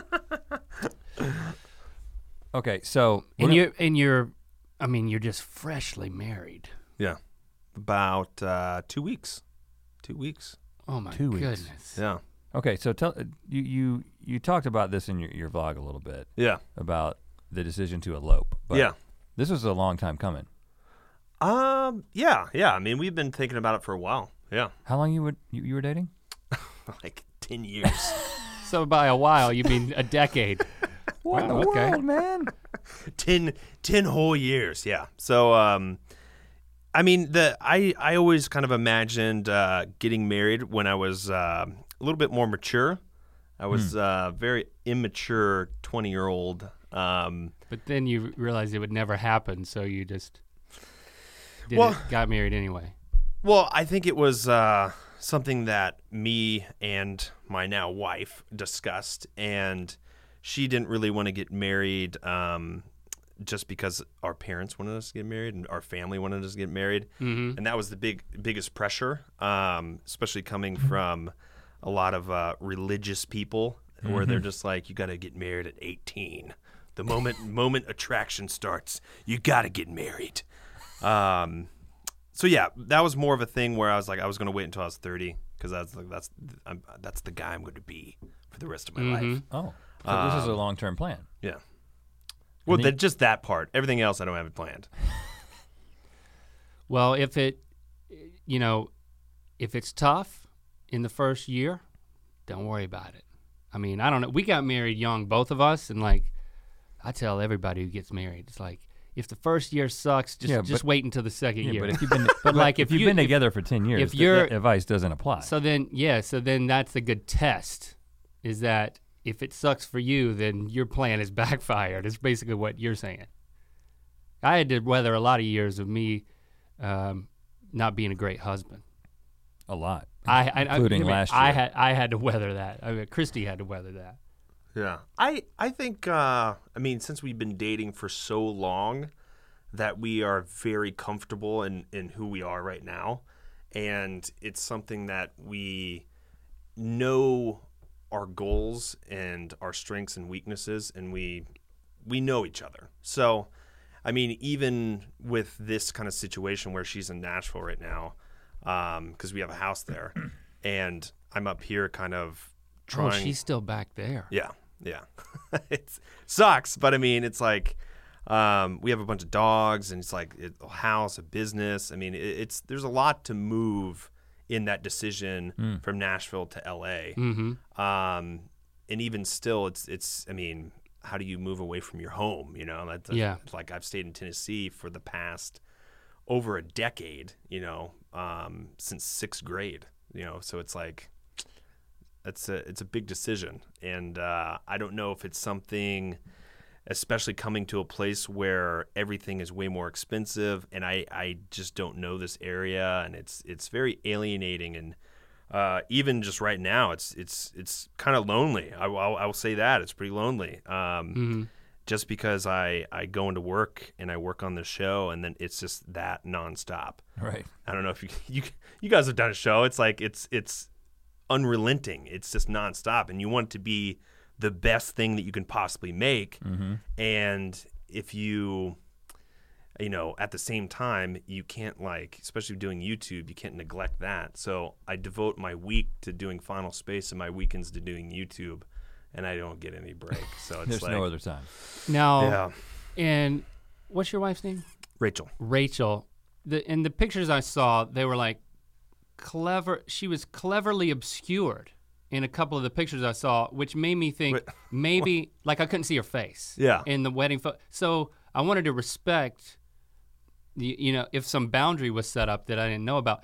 D: okay, so
E: and you're and you're, I mean, you're just freshly married.
B: Yeah, about uh, two weeks. Two weeks.
E: Oh my
D: Two weeks.
E: goodness.
B: Yeah,
D: okay, so tell you you you talked about this in your, your vlog a little bit
B: yeah,
D: about the decision to elope. But
B: yeah.
D: this was a long time coming.
B: Um, yeah, yeah. I mean, we've been thinking about it for a while. Yeah,
D: How long you would you, you were dating?
B: like ten years.
E: So by a while, you mean a decade.
D: What in the
E: Wow, okay.
D: world, man?
B: 10, 10 whole years yeah so um i mean the i i always kind of imagined uh getting married when i was uh, a little bit more mature i was uh very immature 20 year old um
E: But then you realized it would never happen, so you just did
B: Well-
E: it, got married anyway.
B: Well, I think it was uh, something that me and my now wife discussed, and she didn't really want to get married um, just because our parents wanted us to get married and our family wanted us to get married, and that was the big biggest pressure, um, especially coming from a lot of uh, religious people, where they're just like, "You got to get married at 18." The moment moment attraction starts, you got to get married. Um, so yeah, that was more of a thing where I was like, I was gonna wait until I was thirty because that's like that's I'm, that's the guy I'm going to be for the rest of my life.
D: Oh, so this is
B: Um,
D: a long term plan.
B: Yeah. Well, that just that part. Everything else, I don't have it planned.
E: Well, if it, you know, if it's tough in the first year, don't worry about it. I mean, I don't know. We got married young, both of us, and like, I tell everybody who gets married, it's like, if the first year sucks, just
D: Yeah,
E: just
D: but-
E: wait until the second year.
D: but if you've been
E: but like if,
D: if you've
E: you,
D: been
E: if-
D: together for ten years,
E: if
D: th-
E: you're-
D: that advice doesn't apply.
E: So then, yeah. So then, that's the good test, is that if it sucks for you, then your plan is backfired. Is basically what you're saying. I had to weather a lot of years of me um, not being a great husband.
D: a lot.
E: I, I I-
D: Including
E: I, mean,
D: last
E: I
D: year.
E: had I had to weather that. I mean, Christy had to weather that.
B: Yeah. I I think uh, I mean since we've been dating for so long that we are very comfortable in in who we are right now, and it's something that we know our goals and our strengths and weaknesses, and we we know each other. So, I mean, even with this kind of situation where she's in Nashville right now, because we have a house there, and I'm up here kind of
E: Oh,
B: trying.
E: she's still back there.
B: Yeah, yeah. it sucks, but I mean, it's like um, we have a bunch of dogs, and it's like it, a house, a business. I mean, it, it's there's a lot to move in that decision from Nashville to LA, um, and even still, it's it's. I mean, how do you move away from your home? You know, that's
E: Yeah.
B: Like I've stayed in Tennessee for the past over a decade. You know, um, since sixth grade. you know so it's like it's a it's a big decision and uh, i don't know if it's something especially coming to a place where everything is way more expensive and i i just don't know this area and it's it's very alienating and uh, even just right now, it's it's it's kind of lonely. I, will- I, will- I will say that it's pretty lonely. Um, Just because I I go into work and I work on the show, and then it's just that nonstop.
D: Right.
B: I don't know if you you you guys have done a show. It's like it's it's unrelenting. It's just nonstop, and you want it to be the best thing that you can possibly make.
D: Mm-hmm.
B: And if you you know at the same time you can't like especially doing youtube you can't neglect that so i devote my week to doing final space and my weekends to doing youtube and i don't get any break so it's
D: There's
B: like
D: no other time.
E: Now,
B: yeah
E: and what's your wife's name?
B: rachel
E: Rachel. The in the pictures I saw, they were like clever. She was cleverly obscured in a couple of the pictures I saw, which made me think
B: Wait,
E: maybe like I couldn't see her face.
B: Yeah.
E: In the wedding photo, so I wanted to respect. You, you know, if some boundary was set up that I didn't know about,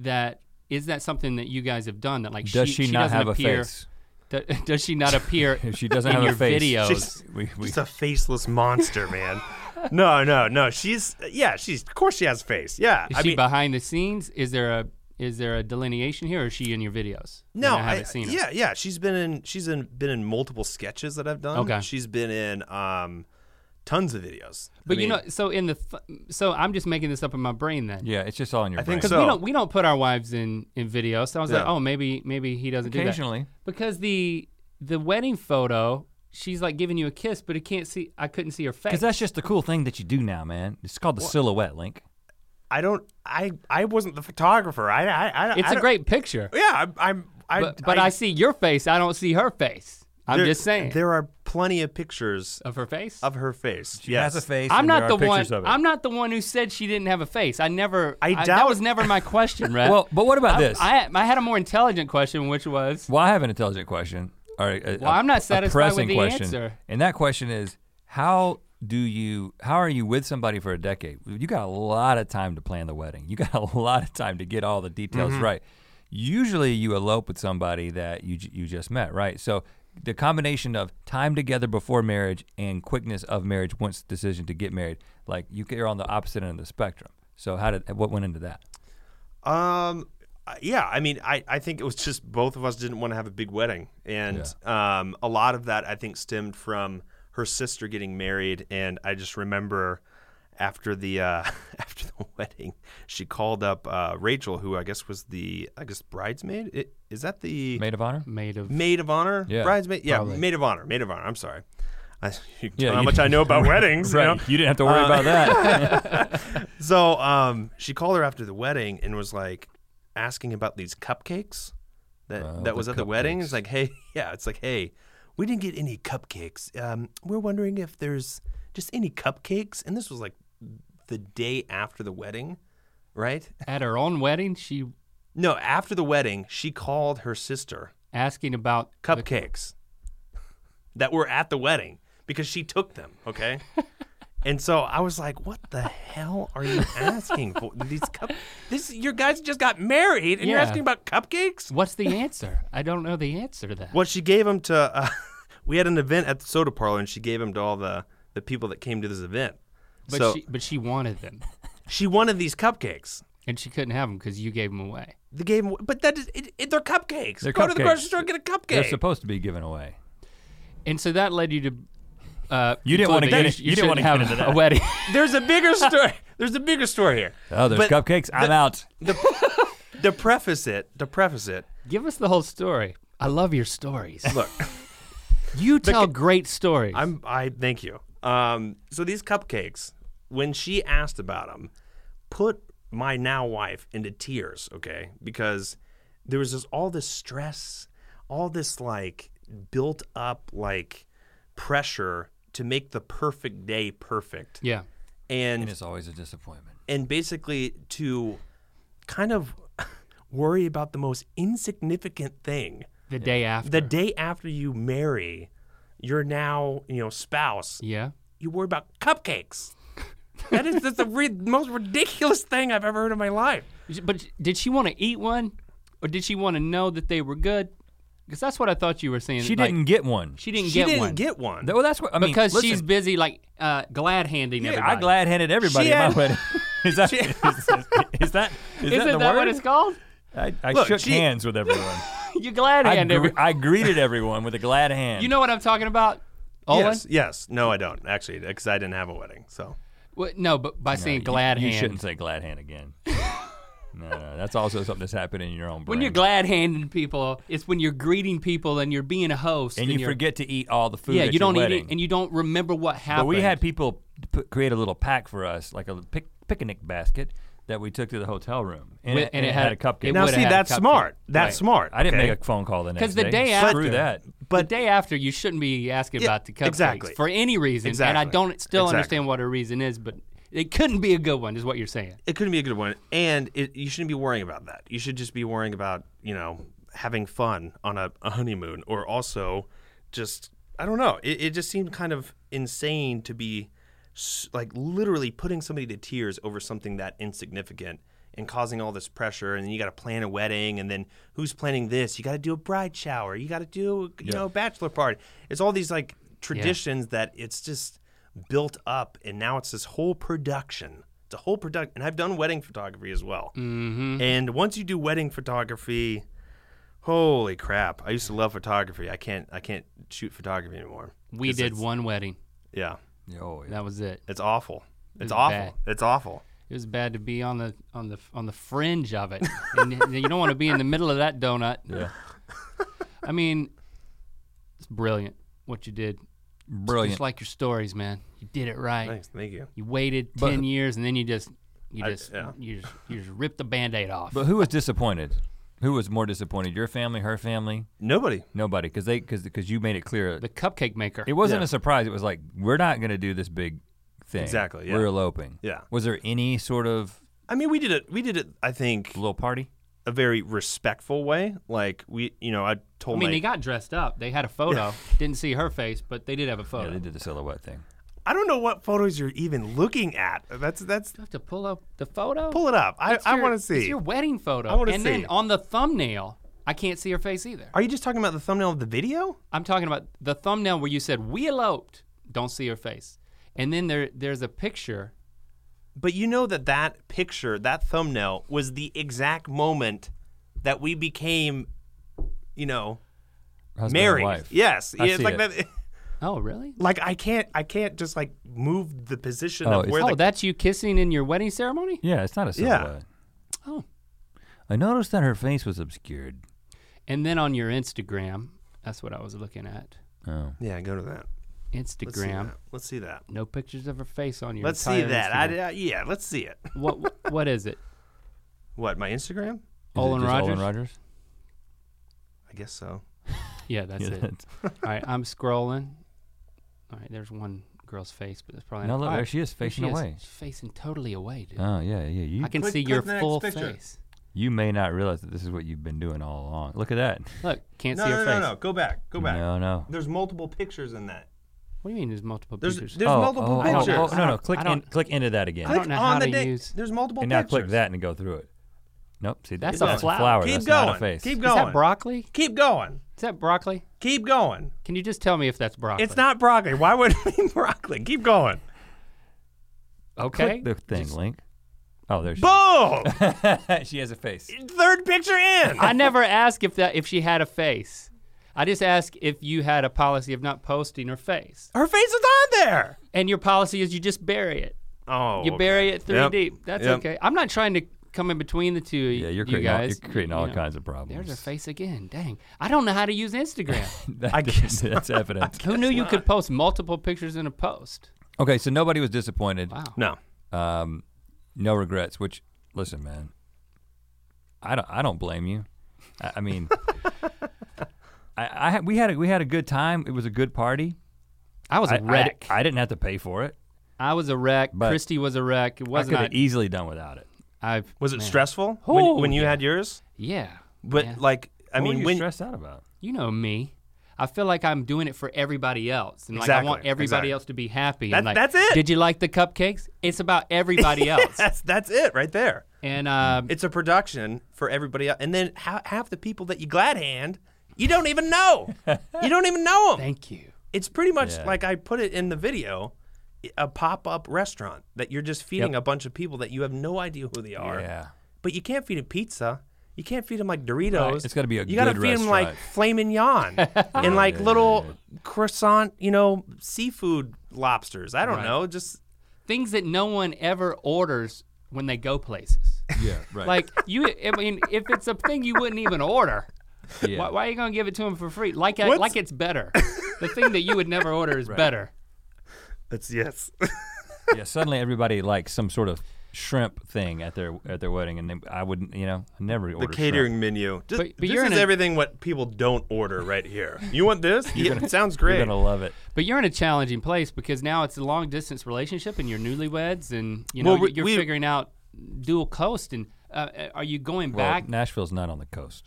E: that is that something that you guys have done? That like
D: Does she,
E: she,
D: not
E: doesn't
D: have
E: appear,
D: a face?
E: do- does she not appear
D: If she doesn't
E: in
D: have
E: your
D: a face,
E: videos?
B: She's-
D: we, we,
B: She's a faceless monster, man. no, no, no. She's yeah. She's of course she has a face. Yeah,
E: Is
B: I
E: she
B: mean
E: behind the scenes? Is there a is there a delineation here, or is she in your videos?
B: no.
E: and I haven't seen her.
B: Yeah, yeah. She's been in. She's in, been in multiple sketches that I've done.
E: Okay.
B: She's been in um, tons of videos. I
E: But you
B: mean,
E: know, so in the th- so I'm just making this up in my brain then.
D: yeah, it's just all in your
B: I think
D: brain.
B: so.
E: We don't we don't put our wives in in videos. So I was like,
B: Yeah.
E: oh, maybe maybe he doesn't do
D: Occasionally,
E: that because the the wedding photo, she's like giving you a kiss, but it can't see. I couldn't see her face.
D: because that's just the cool thing that you do now, man. It's called the silhouette link.
B: I don't. I I wasn't the photographer. I I. I I
E: it's a
B: don't-
E: great picture,
B: Yeah, I'm. I'm I,
E: but but I, see your face. I don't see her face. I'm
B: there-
E: just saying
B: There are plenty of pictures
E: of her face.
B: of her face.
D: She
B: yes.
D: has a face.
E: I'm
D: and
E: not
D: there
E: the
D: are
E: one.
D: pictures Of it.
E: I'm not the one who said she didn't have a face. I never.
B: I
E: that
B: doubt-
E: was never my question, Rhett.
D: Well, but what about
E: I,
D: this?
E: I I had a more intelligent question, which was
D: Well, I have an intelligent question. Or a,
E: Well, I'm not
D: a
E: satisfied with
D: pressing
E: the
D: question.
E: answer.
D: And that question is, how do you? How are you with somebody for a decade? You got a lot of time to plan the wedding. You got a lot of time to get all the details
E: Mm-hmm.
D: right. Usually, you elope with somebody that you j- you just met, right? So the combination of time together before marriage and quickness of marriage once the decision to get married, like you are on the opposite end of the spectrum. So how did what went into that?
B: Um, I- yeah, I mean, I, I think it was just both of us didn't want to have a big wedding, and um, a lot of that I think stemmed from her sister getting married, and I just remember after the uh, after the wedding, she called up uh, Rachel, who I guess was the I guess bridesmaid. I- Is that the
D: Maid of honor.
E: made of.
B: maid of honor?
D: Yeah,
B: bridesmaid. Yeah,
E: probably.
B: maid of honor. Maid of honor. I'm sorry. I, you can
D: Yeah,
B: tell how
D: you-
B: much I know about weddings. you know? Uh,
D: Right. You didn't have to worry about that.
B: So um, she called her after the wedding and was like asking about these cupcakes that that was at the wedding. It's like, hey, yeah, it's like, hey, we didn't get any cupcakes. Um, we're wondering if there's just any cupcakes. And this was like the day after the wedding, right?
E: At her own wedding, she
B: No, after the wedding, she called her sister
E: asking about
B: cupcakes that were at the wedding because she took them, okay? and so I was like, what the hell are you asking for? These cup this your guys just got married and you're
E: Yeah.
B: asking about cupcakes?
E: what's the answer? I don't know the answer to that.
B: Well, she gave them to uh, we had an event at the soda parlor and she gave them to all the the people that came to this event.
E: but
B: so
E: she
B: she,
E: but she wanted them,
B: wanted these cupcakes.
E: and she couldn't have them because you gave them away.
B: They gave 'em- but that is, it, it, they're cupcakes.
D: They're
B: Go to the
D: cupcakes.
B: grocery store and get a cupcake.
D: They're supposed to be given away.
E: And so that led you to. Uh,
D: You didn't wanna
E: conclude
D: get
E: that
D: it-
E: You,
D: you didn't wanna get
E: shouldn't have
D: into
E: a wedding.
B: there's a bigger story. There's a bigger story here.
D: Oh, there's
B: But-
D: cupcakes. I'm out.
B: To preface it, to preface it,
E: Give us the whole story. I love your stories.
B: Look,
E: You tell great stories.
B: I'm I thank you. Um, so these cupcakes, when she asked about them, put my now wife into tears. Okay, because there was just all this stress, all this like built up like pressure to make the perfect day perfect,
E: yeah.
B: and
D: And it's always a disappointment.
B: and basically to kind of worry about the most insignificant thing.
E: The day after.
B: The day after you marry your now you know spouse,
E: yeah.
B: you worry about cupcakes. That is just the re- most ridiculous thing I've ever heard in my life.
E: But did she want to eat one? or did she want to know that they were good? Because that's what I thought you were saying.
D: She
E: like,
D: didn't get one.
E: She didn't
B: she
E: get
B: didn't
E: one.
B: get one.
D: Well, that's what I mean.
E: because
D: listen,
E: she's busy, like uh, glad handing
D: yeah,
E: everybody.
D: I glad handed everybody
B: She
D: at
B: had-
D: my wedding. Is that is, is that is
E: Isn't
D: that
E: that,
D: the
E: what
D: word?
E: it's called?
D: I, I
B: Look,
D: shook
B: she-
D: hands with everyone.
E: you glad
D: I,
E: hand
D: gre-
E: every.
D: I greeted everyone with a glad hand.
E: You know what I'm talking about? Owen?
B: Oh, yes, yes. No, I don't actually, because I didn't have a wedding. So
E: What- no, but by saying
D: You-
E: glad
D: you,
E: hand.
D: shouldn't say glad hand again. no, no, that's also something that's happening in your own brain.
E: When you're glad handing people, it's when you're greeting people and you're being a host.
D: and you
E: you're-
D: forget to eat all the food.
E: Yeah,
D: at
E: you don't
D: your
E: eat it
D: wedding.
E: and you don't remember what
D: But
E: happened.
D: we had people p- create a little pack for us, like a pic- picnic basket that we took to the hotel room, and,
E: With-
D: it, and it had, a cupcake.
E: it
B: now,
E: would've
B: see,
E: had a
B: that's
E: cupcake.
B: smart. That's
E: Right.
B: smart.
D: I didn't
B: okay?
D: make a phone call the next
E: Because the
D: day
E: day
D: Screw
E: after-
D: that.
E: But
B: But
E: the day after, you shouldn't be asking
B: Yeah,
E: about the cupcakes
B: exactly.
E: for any reason. And I
B: Exactly.
E: don't still
B: Exactly.
E: understand what her reason is, but it couldn't be a good one, is what you're saying.
B: it couldn't be a good one, and it, you shouldn't be worrying about that. You should just be worrying about you know having fun on a, a honeymoon, or also just I don't know. It, it just seemed kind of insane to be s- like literally putting somebody to tears over something that insignificant and causing all this pressure and then you got to plan a wedding and then who's planning this you got to do a bride shower you got to do you know a bachelor party it's all these like traditions that it's just built up and now it's this whole production it's a whole product and i've done wedding photography as well mm-hmm. and once you do wedding photography holy crap i used to love photography i can't i can't shoot photography anymore
E: We
B: 'Cause
E: did
B: it's-
E: one wedding.
B: yeah
D: Oh, yeah.
E: That was it.
B: it's awful it's,
E: It's
B: awful
E: bad.
B: it's awful
E: It was bad to be on the on the on the fringe of it, and y- you don't want to be in the middle of that donut.
D: Yeah.
E: I mean, it's brilliant what you did.
D: brilliant.
E: Just like your stories, man. You did it right.
B: thanks thank you
E: You waited
D: But-
E: ten years, and then you just you
B: I-
E: just
B: yeah.
E: you just you just ripped the band-aid off.
D: but who was disappointed? Who was more disappointed? Your family, her family?
B: nobody
D: Nobody, because they because because you made it clear.
E: the cupcake maker.
D: It wasn't
B: Yeah.
D: a surprise. It was like we're not going to do this big thing.
B: Exactly, yeah.
D: We're eloping.
B: Yeah.
D: Was there any sort of
B: I mean, we did it. We did it. I think
D: little party?
B: a very respectful way. Like we, you know, I
E: I
B: told
E: mean,
B: my.
E: they got dressed up. They had a photo. Didn't see her face, but they did have a photo.
D: Yeah, they did the silhouette thing.
B: I don't know what photos you're even looking at. That's that's.
E: You have to pull up the photo.
B: Pull it up. I,
E: It's
B: I
E: your-
B: want to see.
E: It's your wedding photo.
B: I wanna
E: And then
B: see.
E: on the thumbnail, I can't see her face either.
B: Are you just talking about the thumbnail of the video?
E: I'm talking about the thumbnail where you said we eloped. Don't see her face. And then there there's a picture.
B: But you know that that picture, that thumbnail, was the exact moment that we became, you know,
D: Husband and
B: married.
D: wife.
B: Yes.
D: I
B: Yeah, it's
D: see
B: like
D: it.
B: that.
E: Oh, really?
B: Like I can't. I can't just like move the position
D: Oh,
B: of
D: it's-
B: where
E: Oh,
B: the.
E: that's you kissing in your wedding ceremony?
D: Yeah, it's not a silhouette.
E: Oh.
D: I noticed that her face was obscured.
E: And then on your Instagram, that's what I was looking at.
D: Oh.
B: yeah, go to that. Let's see
E: Instagram.
B: that. Let's see that.
E: No pictures of her face on your
B: Let's see
E: entire
B: that.
E: Instagram.
B: I, I, yeah, let's see it.
E: what what is it?
B: What my Instagram?
D: Is it
E: Olin
D: just
E: Rogers?
D: Olin Rogers?
B: I guess so.
E: Yeah, that's
D: Yeah,
E: it.
D: that's-
E: All right, I'm scrolling. All right, there's one girl's face, but it's probably
D: No,
E: not.
D: look,
E: all
D: there
E: right,
D: she is
E: there
D: facing
E: she is.
D: away.
E: She's facing totally away, dude.
D: Oh, yeah, yeah. You
E: I can
C: Click-
E: see
C: click
E: your
C: the next
E: full
C: picture.
E: face.
D: you may not realize that this is what you've been doing all along. Look at that.
E: Look, can't
B: No,
E: see
B: no,
E: her
B: no,
E: face.
B: no. Go back. Go back.
D: No, no.
B: There's multiple pictures in that.
E: What do you mean? There's multiple
B: There's
E: pictures.
B: there's
D: oh,
B: multiple
D: oh, I don't-
B: pictures.
D: Oh, no, no.
E: I
D: Click in,
E: don't-
D: click into that again.
E: I don't know
B: on
E: how
B: the
E: to
B: date.
E: use-
B: There's multiple
D: and now
B: pictures.
D: click that and go through it. Nope. See,
E: That's
D: that-
E: a flower.
D: flower.
B: Keep
D: that's
B: going.
D: not a face.
B: Keep
E: Is
B: going.
E: that broccoli?
B: Keep going.
E: Is that broccoli?
B: Keep going.
E: Can you just tell me if that's broccoli?
B: It's not broccoli. Why would it be broccoli? Keep going.
E: Okay.
D: Click the thing, Link. Oh, there she
B: Boom.
D: is. she has a face.
B: Third picture in.
E: I never asked if that if she had a face. I just asked if you had a policy of not posting her face.
B: Her face is on there.
E: And your policy is you just bury it.
B: Oh.
E: You bury it three
B: Yep.
E: deep. That's
B: Yep.
E: okay. I'm not trying to come in between the two.
D: Yeah, you're
E: you
D: creating, all,
E: guys.
D: you're creating all
E: You know,
D: kinds of problems.
E: There's her face again. Dang. I don't know how to use Instagram.
D: That- that's evident.
E: Who knew you could post multiple pictures in a post?
D: Okay, so nobody was disappointed.
E: Wow.
B: No.
D: Um, no regrets. Which, listen, man, I don't. I don't blame you. I, I mean, I, I had- we had a, we had a good time. It was a good party.
E: I was a
D: I- I di-
E: wreck.
D: I, didn't have to pay for it.
E: I, was a wreck.
D: But-
E: Christy was a wreck.
D: I e-
E: It
D: could
E: wasn't
D: have easily done without it.
E: I've
B: Was it
E: man.
B: stressful when,
E: Oh,
B: when you
E: yeah.
B: had yours?
E: Yeah.
B: But
E: Yeah.
B: like, I
D: what were
B: mean,
D: you
B: when
D: stressed out about?
E: you know me. I feel like I'm doing it for everybody else, and like I want
B: Exactly,
E: everybody
B: exactly.
E: else to be happy.
B: That-
E: and like,
B: that's it.
E: Did you like the cupcakes? It's about everybody else,
B: that's that's it right there.
E: And uh,
B: It's a production for everybody else. And then ha- half the people that you glad hand, you don't even know. you don't even know them.
E: thank you.
B: It's pretty much
D: Yeah.
B: like I put it in the video a pop up restaurant that you're just feeding
D: Yep.
B: a bunch of people that you have no idea who they are.
D: Yeah.
B: But you can't feed them pizza. You can't feed them like Doritos.
D: It's gotta be a
B: You gotta
D: good
B: feed them like
D: restaurant.
B: filet mignon and like
D: yeah, yeah,
B: little croissant, you know, seafood lobsters. I don't
E: Right.
B: know. Just
E: Things that no one ever orders when they go places.
D: Yeah. Right.
E: Like you, I mean, if it's a thing you wouldn't even order,
D: Yeah.
E: why, why are you gonna give it to him for free? Like,
B: What's-
E: like it's better. the thing that you would never order is better.
B: that's yes.
D: yeah. Suddenly everybody likes some sort of shrimp thing at their at their wedding, and they, I wouldn't. You know, I never order
B: the catering menu. Just,
E: But- but
B: this
E: you're in
B: is
E: a-
B: everything what people don't order right here. You want this? Yeah, it sounds
D: Shrimp.
B: great.
D: You're gonna love it.
E: But you're in a challenging place because now it's a long distance relationship and you're newlyweds and you know
B: Well, we-
E: you're
B: we-
E: figuring out dual coast and uh, are you going
D: Well,
E: back?
D: Nashville's not on the coast.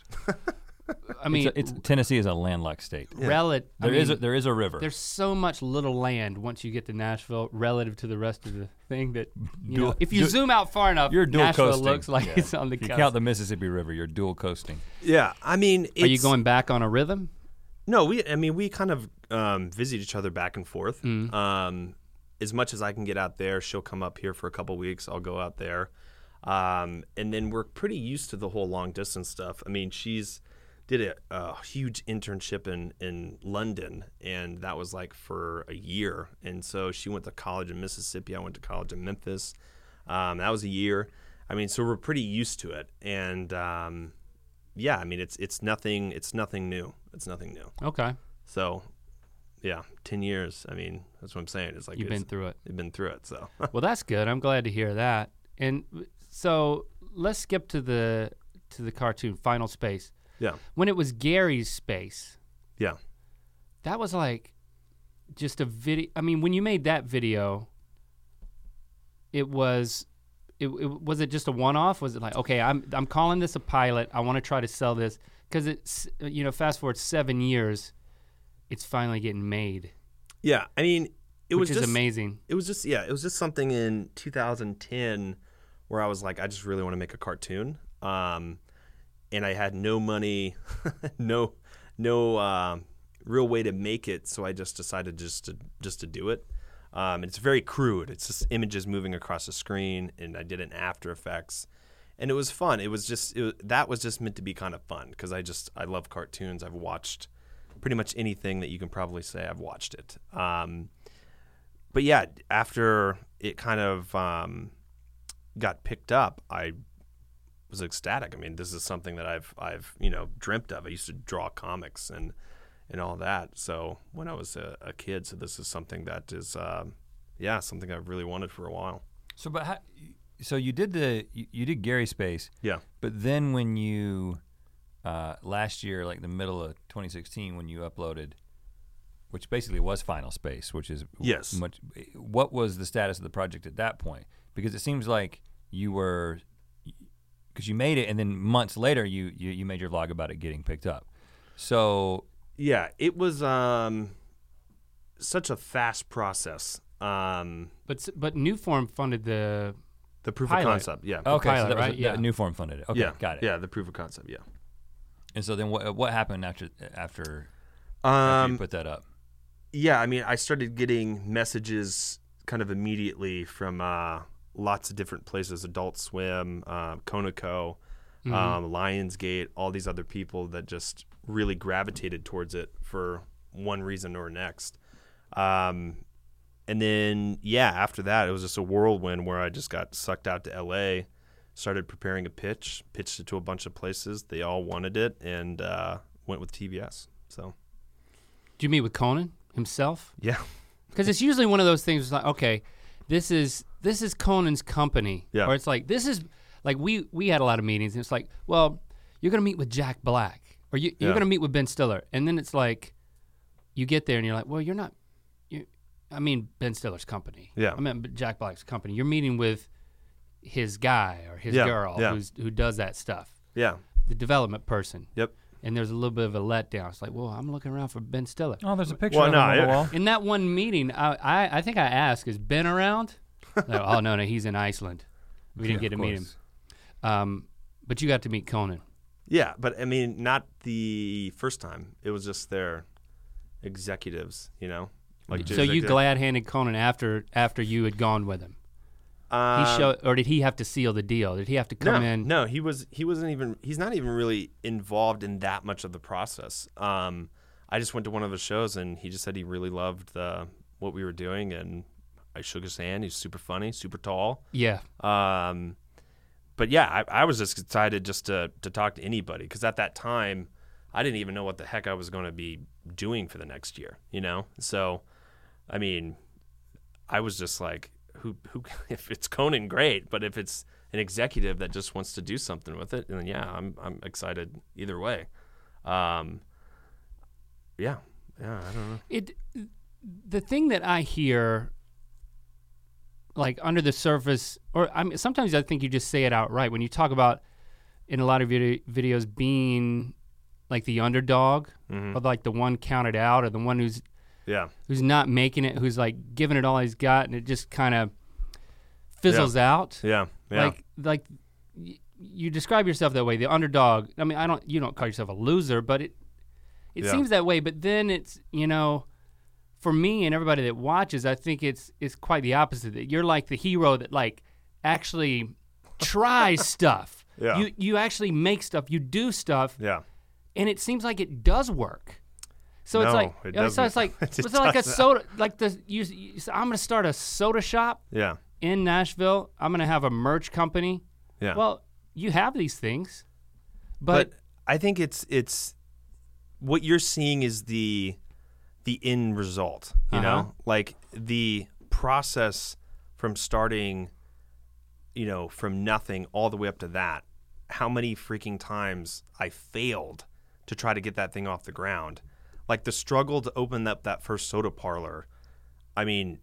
E: I mean,
D: It's, it's Tennessee is a landlocked state.
E: relative.
D: There is a,
E: mean,
D: there is a river.
E: there's so much little land once you get to Nashville relative to the rest of the thing that you
D: Dual-
E: know, if you
D: du-
E: zoom out far enough,
D: you're dual
E: Nashville
D: coasting.
E: looks like
D: Yeah.
E: it's on the
D: If you
E: coast.
D: count the Mississippi River, you're dual coasting.
B: yeah, I mean, it's,
E: are you going back on a rhythm?
B: No, we. I mean, we kind of um, visit each other back and forth. Um, as much as I can get out there, she'll come up here for a couple weeks. I'll go out there, um, and then we're pretty used to the whole long distance stuff. I mean, she's did a, a huge internship in in London, and that was like for a year. And so she went to college in Mississippi. I went to college in Memphis. Um, that was a year. I mean, so we're pretty used to it, and. Um, yeah, I mean it's it's nothing it's nothing new. It's nothing new.
E: Okay,
B: So, yeah, ten years. I mean, that's what I'm saying. It's like
E: you've
B: it's,
E: been through it.
B: they've been through it. So,
E: Well, that's good. I'm glad to hear that. And so let's skip to the to the cartoon Final Space.
B: yeah,
E: When it was Gary's space,
B: yeah,
E: that was like just a video. I mean, when you made that video, it was it, it was it just a one off? Was it like okay, I'm I'm calling this a pilot. I want to try to sell this because it's you know fast forward seven years, it's finally getting made,
B: yeah. I mean, it
E: which
B: was
E: is
B: just
E: amazing.
B: it was just yeah, it was just something in 2010 where I was like, I just really want to make a cartoon. Um, and I had no money, no, no um real way to make it, so I just decided just to just to do it. Um, it's very crude. It's just images moving across the screen, and I did it in After Effects, and it was fun. It was just it, wa- that was just meant to be kind of fun because I just I love cartoons. I've watched pretty much anything that you can probably say I've watched it. Um, but yeah, after it kind of um, got picked up, I was ecstatic. I mean, this is something that I've I've you know dreamt of. I used to draw comics and and all that. So when I was a, a kid, so this is something that is um, yeah something I've really wanted for a while.
D: So, but how, so you did the you, you did Gary Space,
B: Yeah,
D: but then when you uh, last year, like the middle of 2016, when you uploaded, which basically was Final Space, which is
B: Yes.
D: Much, what was the status of the project at that point? Because it seems like you were because you made it, and then months later, you, you you made your vlog about it getting picked up. So
B: yeah. It was um, such a fast process. Um,
E: But s- but Newform funded the
B: the proof
E: Pilot.
B: of concept. Yeah.
D: okay, so
E: pilot,
D: that was
E: right?
D: that
E: Yeah.
D: new form funded. it. Okay,
B: yeah.
D: got it.
B: Yeah, the proof of concept. Yeah.
D: And so then what what happened after after, after
B: Um,
D: you put that up?
B: yeah, I mean, I started getting messages kind of immediately from uh, lots of different places: Adult Swim, uh, Conoco, um, Lionsgate, all these other people that just really gravitated towards it for one reason or next. Um, and then yeah, after that, it was just a whirlwind where I just got sucked out to L.A. Started preparing a pitch, pitched it to a bunch of places. They all wanted it, and uh, went with TBS. So
E: Do you meet with Conan himself?
B: yeah,
E: because it's usually one of those things like okay this is this is conan's company
B: Yeah.
E: or it's like this is like we we had a lot of meetings and it's like well you're gonna meet with jack black or you, you're
B: Yeah.
E: gonna meet with ben stiller and then it's like you get there and you're like well you're not you i mean ben stiller's company
B: Yeah.
E: i mean jack black's company you're meeting with his guy or his
B: Yeah,
E: girl
B: yeah.
E: who's who does that stuff
B: yeah,
E: the development person
B: yep.
E: and there's a little bit of a letdown it's like well i'm looking around for ben stiller
D: Oh, there's a picture
B: Well,
D: of
B: no,
D: him on the
B: it-
D: wall.
E: in that one meeting, I, I, I think I asked, is Ben around? They're, oh, no, no, he's in Iceland. We didn't
D: Yeah,
E: get
D: of
E: to meet him.
D: course.
E: Um, but you got to meet Conan.
B: Yeah, but I mean, not the first time. It was just their executives, you know. Like
E: So you glad handed Conan after after you had gone with him. He
D: Um,
E: showed, or did he have to seal the deal? Did he have to come
B: Um, no,
E: in?
B: No, he was he wasn't even he's not even really involved in that much of the process. Um, I just went to one of his shows and he just said he really loved the what we were doing and I shook his hand. He's super funny, super tall.
E: Yeah.
B: Um, but yeah, I, I was just excited just to to talk to anybody because at that time I didn't even know what the heck I was going to be doing for the next year. You know, so I mean, I was just like, who who if it's Conan, great, but if it's an executive that just wants to do something with it, then yeah, I'm I'm excited either way. Um, yeah, yeah, I don't know.
E: It the thing that I hear like under the surface or I mean, sometimes I think you just say it outright when you talk about in a lot of video, videos being like the underdog or like the one counted out or the one who's
B: Yeah,
E: who's not making it who's like giving it all he's got and it just kind of fizzles out
B: yeah, yeah.
E: like like y- you describe yourself that way the underdog i mean i don't you don't call yourself a loser but it it
B: Yeah.
E: seems that way but then it's you know for me and everybody that watches i think it's it's quite the opposite that you're like the hero that like actually tries stuff
B: Yeah.
E: you you actually make stuff you do stuff
B: yeah.
E: and it seems like it does work. So it's
B: No,
E: like uh,
B: it
E: so it's
B: doesn't.
E: like
B: It
E: it's like a
B: doesn't.
E: soda like the you, you so I'm gonna start a soda shop
B: Yeah.
E: in Nashville. I'm gonna have a merch company.
B: Yeah.
E: Well, you have these things, but,
B: but I think it's it's what you're seeing is the the end result, you
E: Uh-huh.
B: know? Like the process from starting you know, from nothing all the way up to that. How many freaking times I failed to try to get that thing off the ground. Like the struggle to open up that first soda parlor. I mean,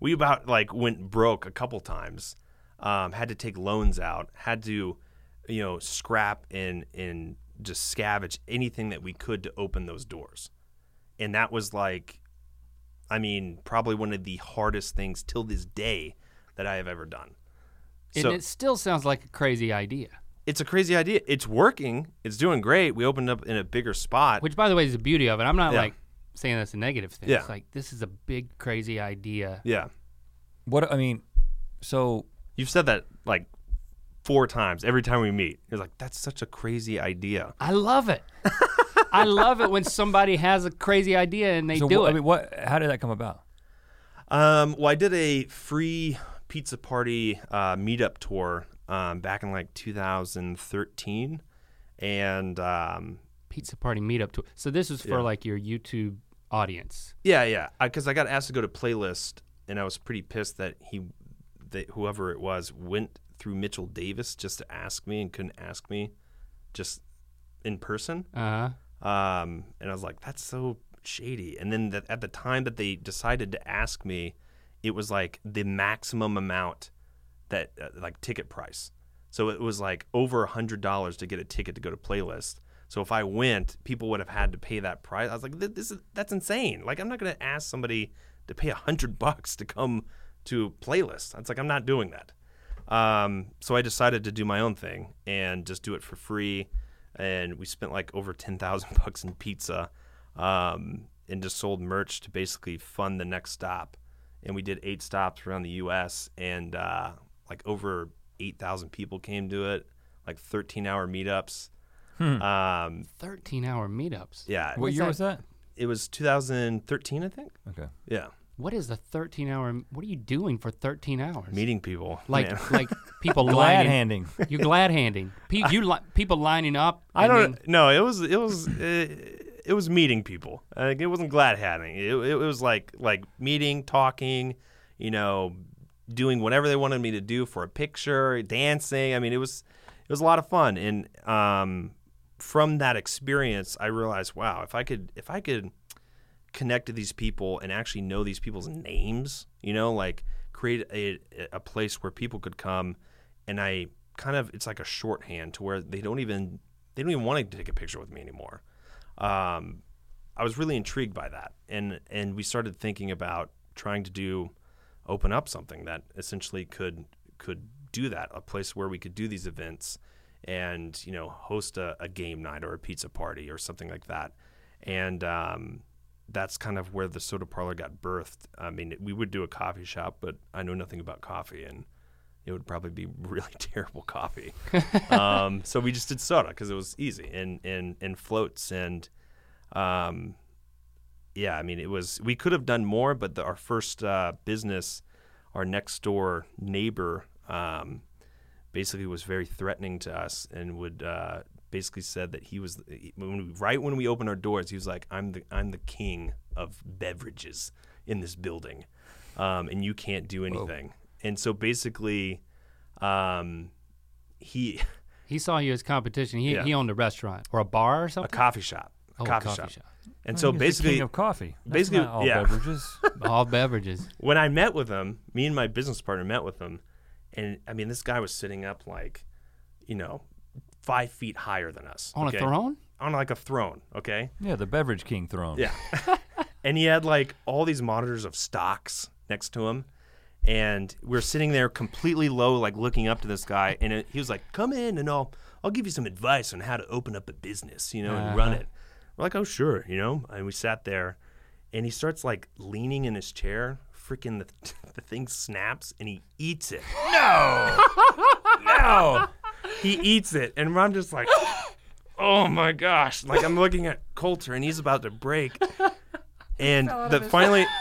B: we about like went broke a couple times. Um, had to take loans out. Had to, you know, scrap and and just scavenge anything that we could to open those doors. And that was like, I mean, probably one of the hardest things till this day that I have ever done.
E: and
B: so-
E: it still sounds like a crazy idea.
B: It's a crazy idea. It's working. It's doing great. We opened up in a bigger spot.
E: Which, by the way, is the beauty of it. I'm not
B: Yeah.
E: like saying that's a negative thing.
B: Yeah.
E: It's like this is a big crazy idea.
B: yeah.
D: What I mean, so
B: You've said that like four times every time we meet. You're like, that's such a crazy idea.
E: I love it. I love it when somebody has a crazy idea and they
D: so
E: do
D: what,
E: it.
D: I mean, what? How did that come about?
B: Um, well, I did a free pizza party uh, meetup tour um, back in like 2013, and um,
E: pizza party meetup tour. So this is for
B: Yeah.
E: like your YouTube audience.
B: yeah, yeah, because I, got asked to go to playlist, and I was pretty pissed that he, that whoever it was, went through Mitchell Davis just to ask me and couldn't ask me, just in person.
E: Uh-huh.
B: Um, and I was like, that's so shady. And then the, at the time that they decided to ask me, it was like the maximum amount that, uh, like, ticket price. So it was like over a $100 to get a ticket to go to playlist. So if I went, people would have had to pay that price. I was like, "Th- this is, that's insane. Like, I'm not going to ask somebody to pay a hundred bucks to come to playlist. It's like, I'm not doing that. Um, so I decided to do my own thing and just do it for free. And we spent like over ten thousand bucks in pizza, um, and just sold merch to basically fund the next stop. And we did eight stops around the U.S. and uh, like over eight thousand people came to it, like thirteen-hour meetups. Um,
E: 13 hour meetups.
B: yeah,
D: What year
E: that?
D: was that?
B: it was 2013, I think.
D: Okay.
B: Yeah,
E: What is a 13 hour what are you doing for 13 hours?
B: meeting people.
E: like
B: man.
E: like people
D: Glad
E: lining
D: handing.
E: You're glad handing. Pe- you li- people lining up.
B: I
E: and
B: don't
E: then-
B: know. It was it was eh, it, it was meeting people. Like, it wasn't glad hatting. It, it was like like meeting, talking, you know, doing whatever they wanted me to do for a picture, dancing. I mean, it was it was a lot of fun. And um, from that experience, I realized, wow, if I could if I could connect to these people and actually know these people's names, you know, like create a, a place where people could come and I kind of it's like a shorthand to where they don't even they don't even want to take a picture with me anymore. Um, I was really intrigued by that and and we started thinking about trying to do open up something that essentially could could do that, a place where we could do these events and, you know, host a, a game night or a pizza party or something like that. And um, that's kind of where the soda parlor got birthed. I mean, we would do a coffee shop, but I know nothing about coffee and it would probably be really terrible coffee. um, so we just did soda because it was easy and, and, and floats. And um, yeah, I mean, it was, we could have done more, but the, our first uh, business, our next door neighbor, um, basically was very threatening to us and would uh, basically said that he was when we, right when we opened our doors, he was like, "I'm the I'm the king of beverages in this building, um, and you can't do anything." And so basically, um, he
E: He saw you as competition. He,
B: Yeah.
E: he owned a restaurant or a bar or
B: a
E: something.
B: coffee shop, a
E: Oh, a
B: coffee,
E: coffee
B: shop.
E: shop.
B: and so
D: He's the
B: basically
D: king of coffee. That's
B: basically-
D: not all
B: yeah.
D: beverages.
E: All beverages.
B: when I met with him, me and my business partner met with him, and I mean, this guy was sitting up like, you know, five feet higher than us
E: On
B: okay?
E: a throne?
B: on like a throne, okay,
D: yeah, the beverage king throne.
B: Yeah. and he had like all these monitors of stocks next to him. And we're sitting there completely low, like looking up to this guy. And it, he was like, Come in and I'll, I'll give you some advice on how to open up a business, you know, and
E: Uh-huh.
B: run it. We're like, Oh, sure, you know. And we sat there and he starts like leaning in his chair. Freaking the, the thing snaps and he eats it.
D: No.
B: He eats it. And I'm just like, Oh my gosh. Like I'm looking at Coulter and he's about to break. and the finally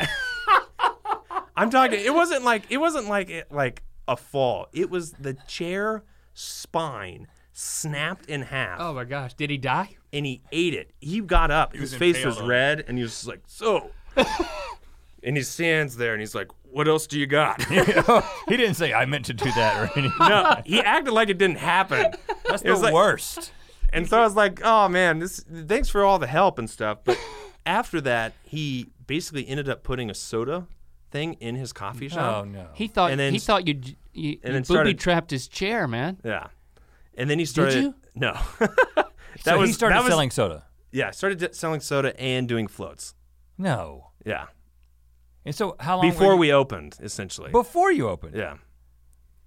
B: I'm talking it wasn't like it wasn't like it like a fall. It was the chair spine snapped in half
E: Oh my gosh. Did he die?
B: and he ate it. He got up. His
C: was
B: face
C: impaled
B: was
C: on it.
B: red and he was just like, "So." and he stands there and he's like, "What else do you got?"
D: he didn't say I meant to do that or anything.
B: no, he acted like it didn't happen.
D: That's
B: was
D: the
B: like-
D: worst.
B: And so I was like, "Oh man, this thanks for all the help and stuff." But after that, he basically ended up putting a soda thing in his coffee shop.
D: Oh no.
E: He thought
B: And then
E: he
B: s-
E: thought you you,
B: then
E: you booby
B: started-
E: trapped his chair, man.
B: Yeah. And then he started
E: you?
B: No.
D: so he started
B: that was-
D: selling soda.
B: Yeah, started d- selling soda and doing floats.
D: No.
B: Yeah.
D: And so how long were
B: Before
D: you-
B: we opened, essentially.
D: before you opened?
B: yeah.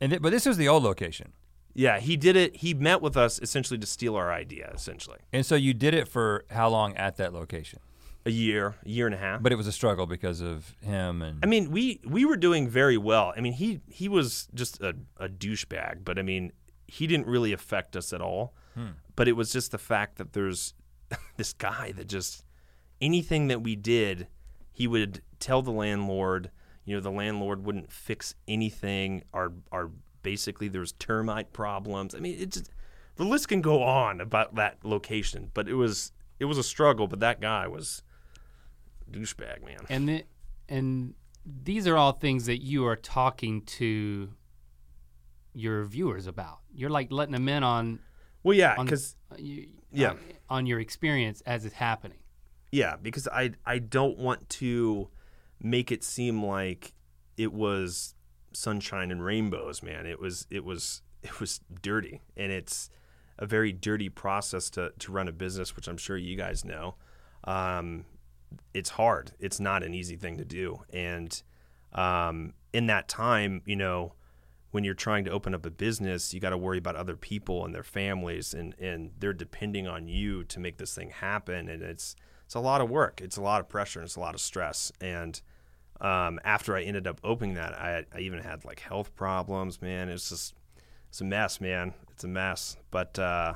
D: And th- but this was the old location.
B: Yeah, he did it. He met with us essentially to steal our idea, essentially.
D: And so you did it for how long at that location?
B: A year, a year and a half.
D: But it was a struggle because of him and
B: I mean, we we were doing very well. I mean, he he was just a, a douchebag, but I mean, he didn't really affect us at all. But it was just the fact that there's this guy that just anything that we did, he would tell the landlord. You know, the landlord wouldn't fix anything. Our our basically there's termite problems. I mean, it just the list can go on about that location, but it was it was a struggle. But that guy was douchebag, man.
E: And the, and these are all things that you are talking to your viewers about. You're like letting them in on
B: Well, yeah,
E: on
B: because.
E: you,
B: Yeah.
E: on, on your experience as it's happening.
B: Yeah, because I I don't want to make it seem like it was sunshine and rainbows, man. It was it was it was dirty, and it's a very dirty process to to run a business, which I'm sure you guys know. Um, it's hard. It's not an easy thing to do, and um, in that time, you know, when you're trying to open up a business, you got to worry about other people and their families, and and they're depending on you to make this thing happen, and it's it's a lot of work, it's a lot of pressure, and it's a lot of stress, and um, after I ended up opening that, I, I even had like health problems, man. It's just it's a mess, man. It's a mess, but uh,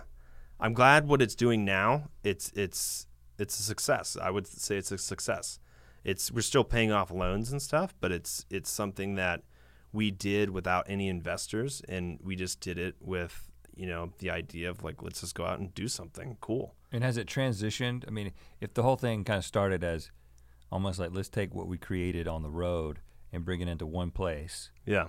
B: I'm glad what it's doing now. It's it's it's a success. I would say it's a success. It's we're still paying off loans and stuff, but it's it's something that we did without any investors, and we just did it with you know the idea of like let's just go out and do something cool.
D: And has it transitioned? I mean, if the whole thing kind of started as almost like let's take what we created on the road and bring it into one place,
B: Yeah.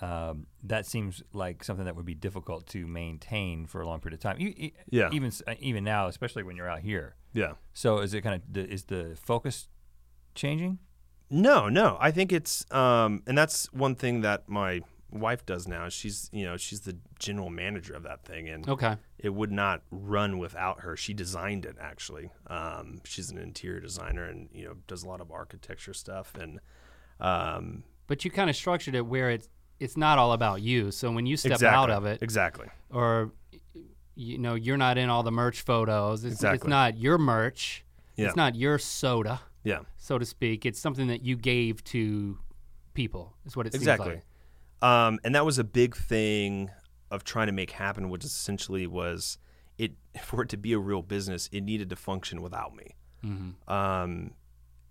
D: um, that seems like something that would be difficult to maintain for a long period of time. You, e-
B: Yeah.
D: Even s- even now, especially when you're out here.
B: Yeah.
D: So is it kind of the, is the focus changing?
B: No, no. I think it's um and that's one thing that my wife does now. She's, you know, she's the general manager of that thing and
E: Okay.
B: it would not run without her. She designed it actually. Um she's an interior designer and, you know, does a lot of architecture stuff and um
E: But you kind of structured it where it's it's not all about you. So when you step
B: exactly.
E: out of it,
B: Exactly.
E: or you know you're not in all the merch photos. It's, it's
B: Exactly.
E: not your merch.
B: Yeah.
E: It's not your soda,
B: Yeah.
E: so to speak. It's something that you gave to people. Is what it
B: exactly
E: seems like.
B: um, and that was a big thing of trying to make happen which essentially was it for it to be a real business it needed to function without me um,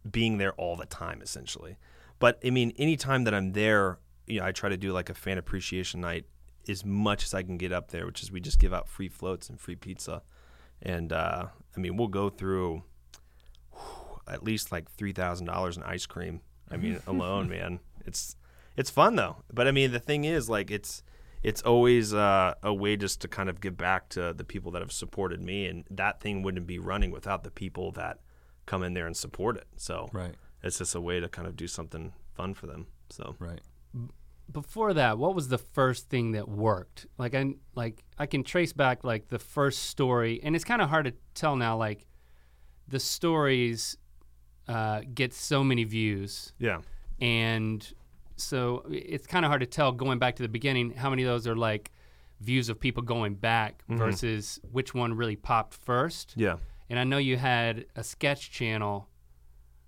B: being there all the time essentially but i mean anytime that i'm there you know i try to do like a fan appreciation night as much as i can get up there which is we just give out free floats and free pizza and uh, i mean we'll go through at least like three thousand dollars in ice cream. I mean, alone, man, it's it's fun though. But I mean, the thing is, like, it's it's always uh, a way just to kind of give back to the people that have supported me, and that thing wouldn't be running without the people that come in there and support it. So
D: Right.
B: it's just a way to kind of do something fun for them. So
D: Right.
E: Before that, what was the first thing that worked? Like I like I can trace back like the first story, and it's kind of hard to tell now. Like the stories uh, get so many views.
B: yeah,
E: and so it's kind of hard to tell going back to the beginning how many of those are like views of people going back versus which one really popped first.
B: Mm-hmm. yeah,
E: And I know you had a sketch channel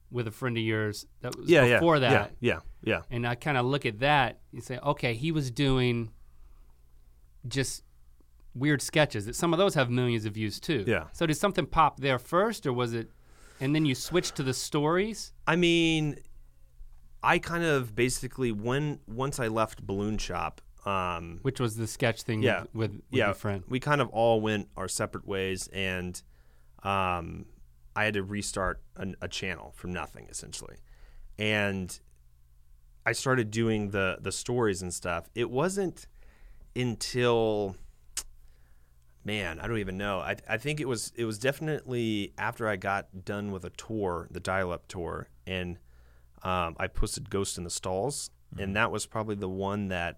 E: with a friend of yours that was
B: yeah, yeah.
E: before that,
B: yeah, yeah, yeah.
E: and I kind of look at that and say, okay, he was doing just weird sketches. That some of those have millions of views too.
B: Yeah.
E: So did something pop there first, or was it? And then you switched to the stories.
B: I mean, I kind of basically when once I left Balloon Shop. Um,
E: Which was the sketch thing
B: Yeah.
E: with, with, with your friend.
B: We kind of all went our separate ways, and um, I had to restart an, a channel from nothing essentially. And I started doing the the stories and stuff. It wasn't until man, I don't even know. I, I think it was it was definitely after I got done with a tour, the dial up tour, and um, I posted Ghost in the Stalls, and that was probably the one that,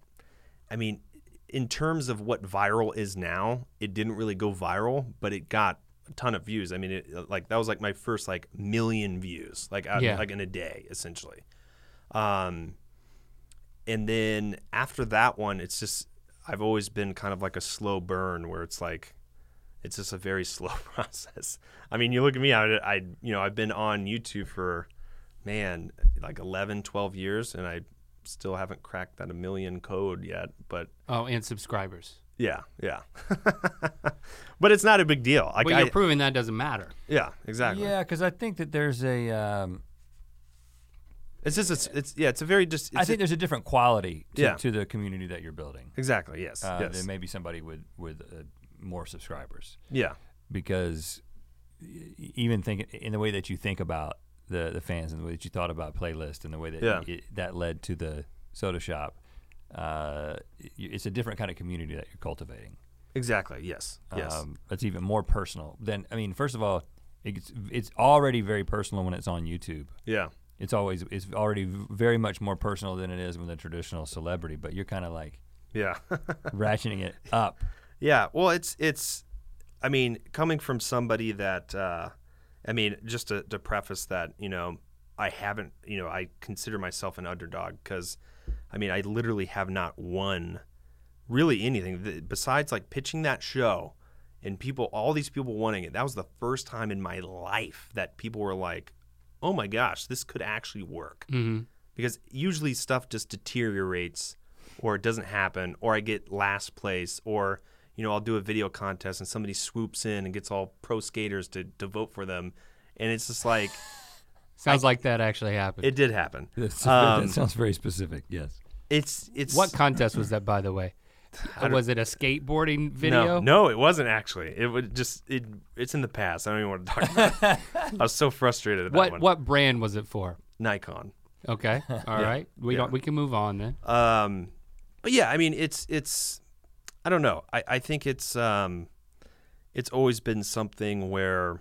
B: I mean, in terms of what viral is now, it didn't really go viral, but it got a ton of views. I mean, it, uh, like that was like my first like million views, like out,
E: Yeah.
B: like in a day essentially. Um, and then after that one, it's just I've always been kind of like a slow burn where it's like it's just a very slow process. I mean, you look at me, I, I you know, I've been on YouTube for man, like 11, 12 years and I still haven't cracked that a million code yet, but
E: Oh, and subscribers.
B: yeah, yeah. but it's not a big deal. Like
E: But
B: I,
E: you're proving that doesn't matter.
B: yeah, exactly.
D: Yeah, because I think that there's a. Um,
B: It's just it's, it's yeah, it's a very just it's
D: I think there's a different quality to,
B: Yeah.
D: to the community that you're building.
B: exactly, yes.
D: Uh,
B: yes.
D: There may be somebody with with uh, more subscribers
B: yeah.
D: because e- even thinking in the way that you think about the the fans and the way that you thought about playlist and the way that
B: Yeah.
D: it, that led to the soda shop, uh, y- it's a different kind of community that you're cultivating.
B: Exactly. Yes. Yes.
D: Um, that's even more personal. Than I mean, first of all, it's it's already very personal when it's on YouTube.
B: yeah.
D: It's always it's already v- very much more personal than it is with a traditional celebrity. But you're kind of like
B: Yeah.
D: ratcheting it up.
B: Yeah, well, it's it's. I mean, coming from somebody that, uh, I mean, just to, to preface that, you know, I haven't, you know, I consider myself an underdog because, I mean, I literally have not won really anything Th- besides like pitching that show and people, all these people wanting it. That was the first time in my life that people were like, "Oh my gosh, this could actually work." because usually stuff just deteriorates or it doesn't happen or I get last place or you know I'll do a video contest and somebody swoops in and gets all pro skaters to, to vote for them and it's just like
E: Sounds like that actually happened.
B: it did happen
D: That's,
B: Um,
D: that sounds very specific. Yes.
B: it's it's
E: what contest was that, by the way? was it a skateboarding video?
B: no no it wasn't actually it would just it it's in the past I don't even want to talk about it I was so frustrated at that
E: What
B: one
E: what brand was it for?
B: Nikon
E: Okay, all right. We don't. We can move on then.
B: Um, but yeah, I mean, it's it's I don't know. I, I think it's um, it's always been something where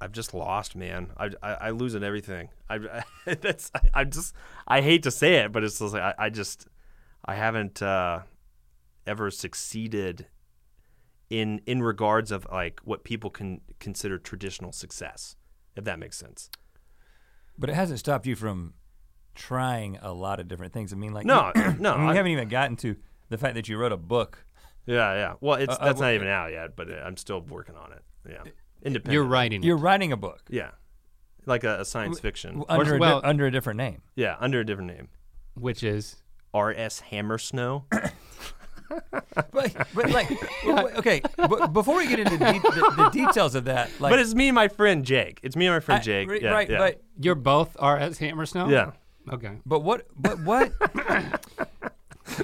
B: I've just lost, man. I I, I lose at everything. I, I that's I, I just I hate to say it, but it's just like I, I just I haven't uh, ever succeeded in in regards of like what people can consider traditional success, if that makes sense.
D: But it hasn't stopped you from trying a lot of different things. I mean, like
B: No,
D: you-
B: no,
D: I mean, we
B: I-
D: haven't even gotten to the fact that you wrote a book.
B: Yeah, yeah. Well, it's
D: Uh, uh,
B: that's
D: well-
B: not even out yet, but I'm still working on it. Yeah, independent.
E: You're writing.
D: You're writing a book
B: Yeah, like a, a science fiction.
D: under a,
E: well-
D: di- under a different name.
B: yeah, under a different name.
E: it, which is
B: R. S. Hammersnow.
D: But, but like, w- w- okay, but before we get into de- the, the details of that, like,
B: but it's me and my friend Jake. It's me and my friend
D: I-
B: Jake.
D: right,
B: yeah,
D: right, Oh.
B: yeah.
D: but
E: you're both are as Hammer Snow.
B: yeah.
E: Okay.
D: But what? But what?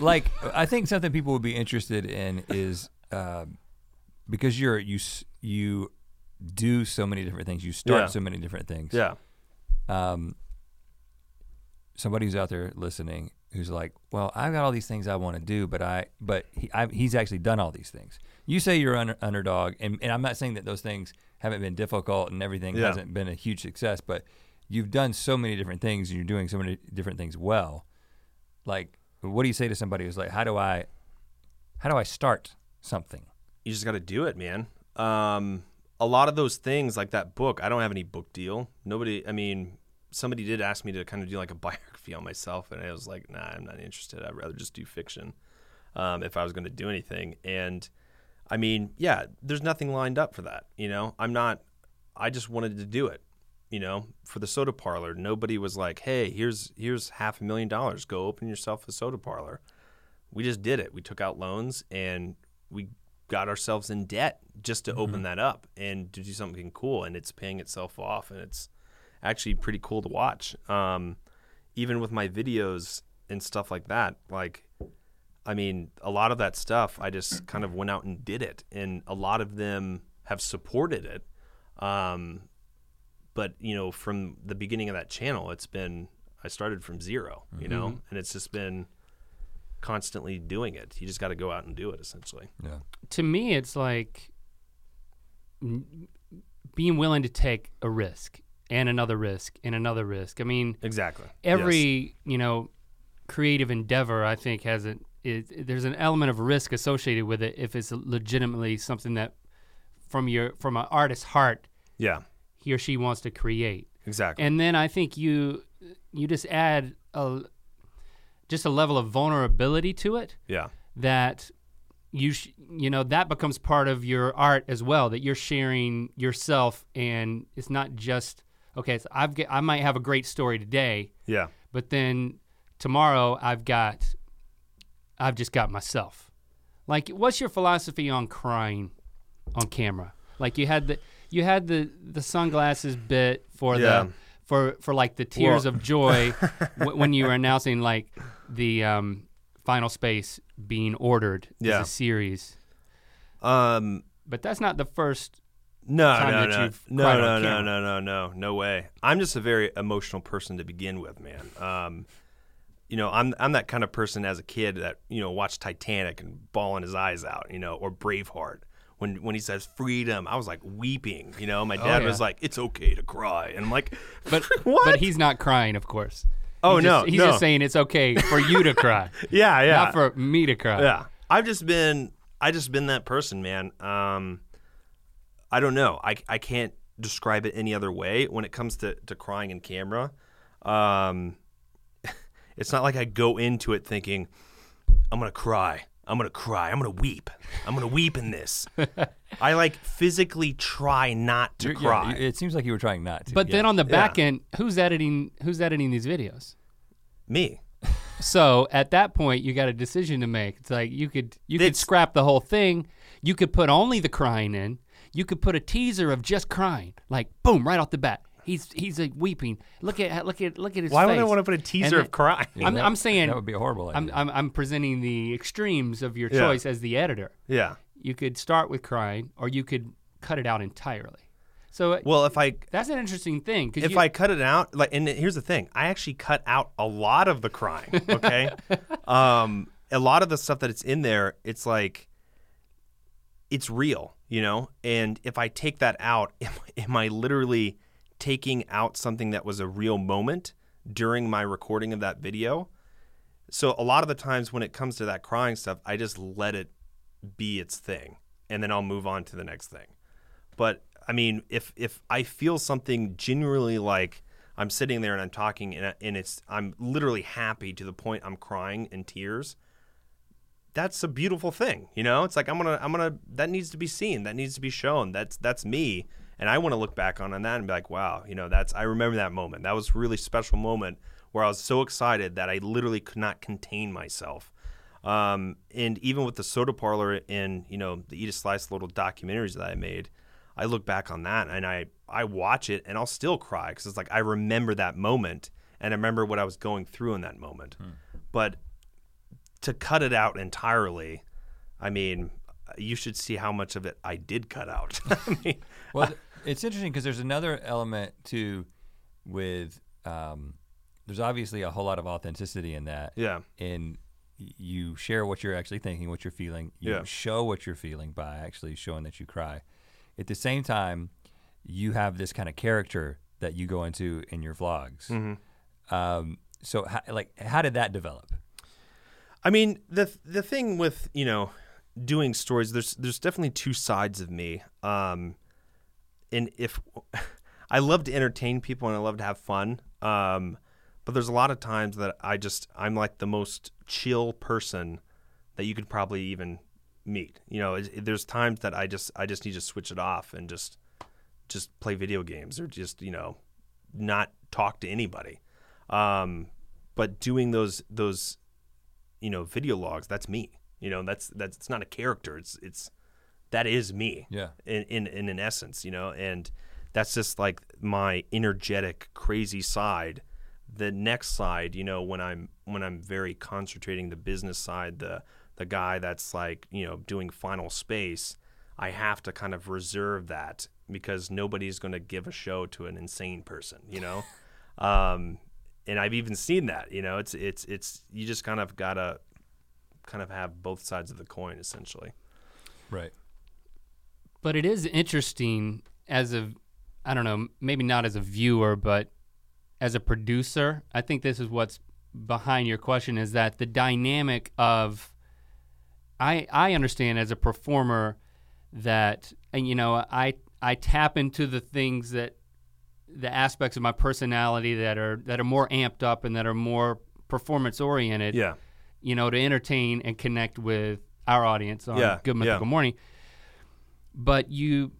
D: like, I think something people would be interested in is uh, because you're you s- you do so many different things. You start
B: Yeah.
D: so many different things.
B: yeah.
D: Um, somebody who's out there listening who's like, well, I've got all these things I want to do, but I but he, I, he's actually done all these things. You say you're an underdog, and, and I'm not saying that those things haven't been difficult and everything
B: Yeah.
D: hasn't been a huge success, but you've done so many different things and you're doing so many different things well. Like, what do you say to somebody who's like, how do I, how do I start something?
B: You just got to do it, man. Um, a lot of those things, like that book, I don't have any book deal. Nobody. I mean, somebody did ask me to kind of do like a biography on myself, and I was like, nah, I'm not interested. I'd rather just do fiction. um, if I was going to do anything. And I mean, yeah, there's nothing lined up for that. You know, I'm not, I just wanted to do it. You know, for the soda parlor, nobody was like, hey, here's, here's half a million dollars. Go open yourself a soda parlor. We just did it. We took out loans and we got ourselves in debt just to open that up and to do something cool. And it's paying itself off. And it's actually pretty cool to watch. Um, even with my videos and stuff like that, like I mean, a lot of that stuff, I just kind of went out and did it, and a lot of them have supported it. Um, but you know, from the beginning of that channel, it's been I started from 0 you know, and it's just been constantly doing it. You just got to go out and do it, essentially.
D: Yeah.
E: To me, it's like n- being willing to take a risk and another risk and another risk. I mean,
B: Exactly.
E: every you know creative endeavor, I think, has an it, there's an element of risk associated with it if it's legitimately something that from your from an artist's heart
B: yeah,
E: he or she wants to create.
B: exactly.
E: and then I think you you just add a just a level of vulnerability to it
B: yeah,
E: that you sh- you know that becomes part of your art as well that you're sharing yourself and it's not just okay it's, I've got, I might have a great story today
B: yeah,
E: but then tomorrow I've got I've just got myself like what's your philosophy on crying on camera like you had the you had the the sunglasses bit for
B: Yeah.
E: the for for like the tears
B: Well-
E: of joy w- when you were announcing like the um final space being ordered
B: Yeah.
E: as a series
B: Um,
E: but that's not the first
B: No,
E: time
B: no,
E: that
B: no,
E: you've
B: no,
E: cried
B: no,
E: on
B: no,
E: camera.
B: no, no, no, no way. I'm just a very emotional person to begin with, man. Um, you know, I'm I'm that kind of person as a kid that you know watched Titanic and bawling his eyes out, you know, or Braveheart. When when he says freedom, I was like weeping. You know, my
E: Oh,
B: dad
E: yeah.
B: was like, "It's okay to cry," and I'm like,
E: but
B: what?
E: but he's not crying of course
B: Oh,
E: He's
B: no,
E: just- he's
B: no.
E: just saying it's okay for you to cry
B: yeah, yeah,
E: not for me to cry
B: Yeah. I've just been I just been that person, man. Um I don't know. I I can't describe it any other way when it comes to to crying in camera. Um it's not like I go into it thinking I'm going to cry. I'm going to cry. I'm going to weep. I'm going to weep in this. I like physically try not to
D: You're- yeah,
B: cry.
D: you- it seems like you were trying not to.
E: But
D: yeah.
E: then on the back end, who's editing who's editing these videos?
B: Me.
E: So at that point you got a decision to make. It's like you could you could
B: It's-
E: scrap the whole thing. You could put only the crying in. You could put a teaser of just crying. Like boom, right off the bat. He's he's like weeping. Look at look at look at his
B: Why
E: face.
B: would I want to put a teaser
E: And
B: of crying?
E: I'm
D: that-
E: I'm saying
D: that would be a horrible idea.
E: I'm, I'm I'm presenting the extremes of your
B: Yeah.
E: choice as the editor.
B: Yeah.
E: You could start with crying or you could cut it out entirely. So
B: Well, if I
E: that's an interesting thing cuz
B: if I cut it out, like, and here's the thing, I actually cut out a lot of the crying. Okay, um, a lot of the stuff that it's in there, it's like, it's real, you know. And if I take that out, am, am I literally taking out something that was a real moment during my recording of that video? So a lot of the times when it comes to that crying stuff, I just let it be its thing, and then I'll move on to the next thing but I mean, if if I feel something genuinely like I'm sitting there and I'm talking and, I- and it's I'm literally happy to the point I'm crying in tears. That's a beautiful thing, you know. It's like I'm gonna I'm gonna that needs to be seen, that needs to be shown. That's that's me, and I want to look back on on that and be like, wow, you know, that's I remember that moment. That was a really special moment where I was so excited that I literally could not contain myself. Um, and even with the soda parlor and you know the Eat a Slice little documentaries that I made, I look back on that and I I watch it and I'll still cry because it's like I remember that moment and I remember what I was going through in that moment. But to cut it out entirely, I mean, you should see how much of it I did cut out. I mean,
D: Well, th- it's interesting because there's another element too, with um, there's obviously a whole lot of authenticity in that.
B: yeah,
D: And y- you share what you're actually thinking, what you're feeling. You
B: Yeah.
D: show what you're feeling by actually showing that you cry. At the same time, you have this kind of character that you go into in your vlogs.
B: Mm-hmm.
D: Um, so, how, like, how did that develop?
B: I mean the the thing with you know doing stories, there's there's definitely two sides of me. Um, and if I love to entertain people and I love to have fun, um, but there's a lot of times that I just I'm like the most chill person that you could probably even meet. You know, it, it- there's times that I just I just need to switch it off and just just play video games or just you know not talk to anybody. Um, but doing those those you know video logs, that's me. You know, that's that's it's not a character. It's it's that is me
D: Yeah.
B: in in, in an essence, you know, and that's just like my energetic, crazy side. The next side, you know, when I'm when I'm very concentrating the business side, the the guy that's like, you know, doing final space, I have to kind of reserve that because nobody's going to give a show to an insane person, you know. um, and I've even seen that, you know, it's it's it's you just kind of gotta kind of have both sides of the coin essentially.
D: Right.
E: But it is interesting as a, I don't know, maybe not as a viewer, but as a producer. I think this is what's behind your question is that the dynamic of, I I understand as a performer that, and you know, I I tap into the things that, the aspects of my personality that are that are more amped up and that are more performance oriented
B: Yeah.
E: you know, to entertain and connect with our audience on
B: Yeah,
E: Good Mythical
B: yeah.
E: Morning. But you,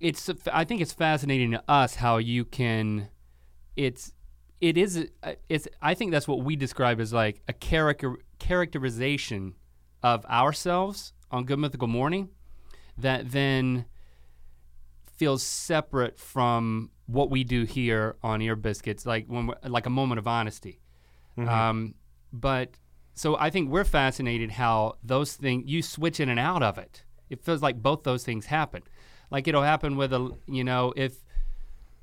E: it's I think it's fascinating to us how you can, it's it is it's I think that's what we describe as like a character characterization of ourselves on Good Mythical Morning that then feels separate from what we do here on Ear Biscuits, like when we're, like a moment of honesty. Um, but so I think we're fascinated how those things you switch in and out of it. It feels like both those things happen. Like it'll happen with a you know if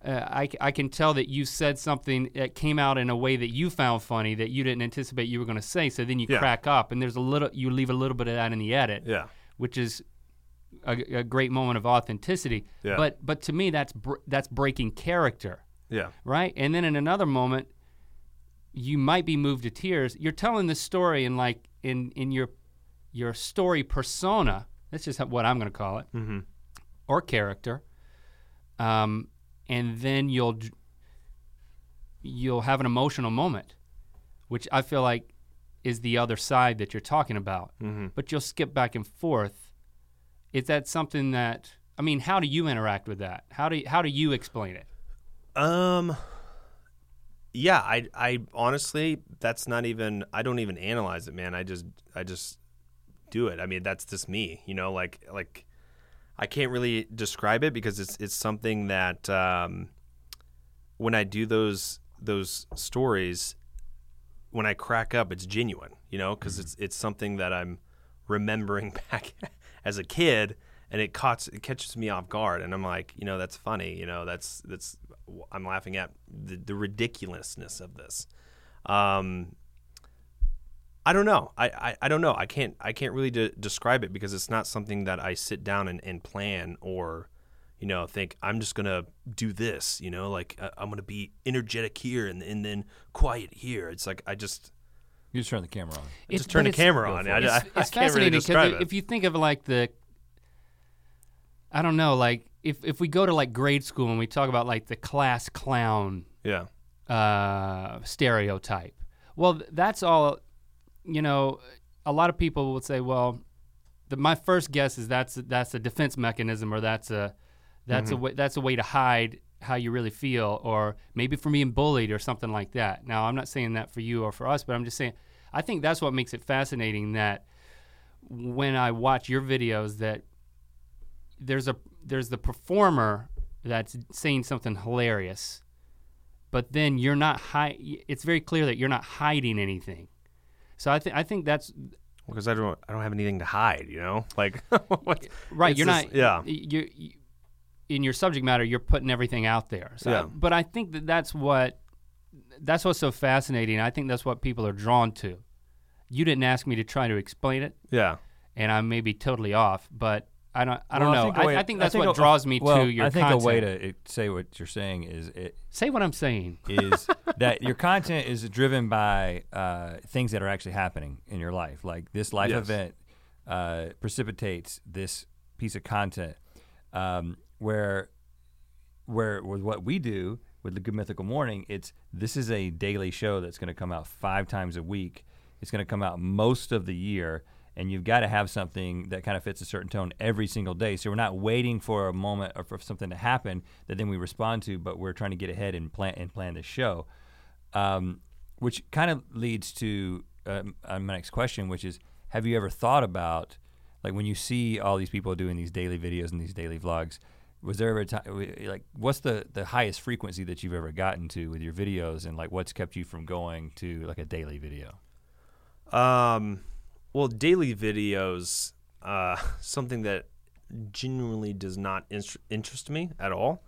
E: uh, I, c- I can tell that you said something that came out in a way that you found funny that you didn't anticipate you were going to say. So then you
B: Yeah.
E: crack up, and there's a little you leave a little bit of that in the edit
B: Yeah.
E: which is a, a great moment of authenticity.
B: Yeah.
E: But but to me, that's br- that's breaking character,
B: Yeah.
E: right? And then in another moment, you might be moved to tears. You're telling this story in like in in your your story persona. That's just how, what I'm going to call it, mm-hmm. or character. Um, and then you'll dr- you'll have an emotional moment, which I feel like is the other side that you're talking about. But you'll skip back and forth. Is that something that I mean? How do you interact with that? How do how do you explain it?
B: Um yeah, I I honestly that's not even I don't even analyze it, man. I just I just do it. I mean, that's just me, you know, like like I can't really describe it because it's it's something that um when I do those those stories when I crack up, it's genuine, you know, because it's it's something that I'm remembering back as a kid, and it caught it catches me off guard, and I'm like, you know, that's funny, you know, that's that's I'm laughing at the, the ridiculousness of this. Um, I don't know. I, I, I don't know. I can't I can't really de- describe it because it's not something that I sit down and, and plan or, you know, think I'm just gonna do this. You know, like I, I'm gonna be energetic here and and then quiet here. It's like I just
D: You just turn the camera on.
B: I just turn the camera on. I, I,
E: It's,
B: I
E: it's
B: can't really
E: fascinating because
B: describe it.
E: if you think of like the, I don't know, like if if we go to like grade school and we talk about like the class clown
B: yeah.
E: uh, stereotype. Well, th- that's all. You know, a lot of people would say, "Well, the, my first guess is that's that's a defense mechanism, or that's a that's a way, that's a way to hide how you really feel, or maybe from being bullied or something like that." Now, I'm not saying that for you or for us, but I'm just saying I think that's what makes it fascinating that when I watch your videos that there's a there's the performer that's saying something hilarious but then you're not hi- it's very clear that you're not hiding anything so i think i think that's
B: because I don't I don't have anything to hide, you know? Like what-
E: right
B: it's
E: you're
B: this-
E: not
B: Yeah.
E: you, you in your subject matter you're putting everything out there so
B: Yeah.
E: but i think that that's what that's what's so fascinating i think that's what people are drawn to you didn't ask me to try to explain it
B: Yeah.
E: and i may be totally off but i don't i don't
D: Well,
E: know
D: a
E: I,
D: way-
E: I think that's
D: think
E: what
D: a-
E: draws me
D: well,
E: to your
D: I think
E: content
D: a way to eh, say what you're saying is it,
E: say what i'm saying
D: is that your content is driven by uh, things that are actually happening in your life. Like this life
B: Yes.
D: event uh, precipitates this piece of content. Um, where, where with what we do with the Good Mythical Morning, it's this is a daily show that's going to come out five times a week. It's going to come out most of the year. And you've got to have something that kind of fits a certain tone every single day. So we're not waiting for a moment or for something to happen that then we respond to, but we're trying to get ahead and plan and plan the show um, which kind of leads to um, uh, my next question, which is: Have you ever thought about, like, when you see all these people doing these daily videos and these daily vlogs? Was there ever a time, like, what's the the highest frequency that you've ever gotten to with your videos, and like, what's kept you from going to like a daily video?
B: Um, well, daily videos, uh, something that genuinely does not inst- interest me at all.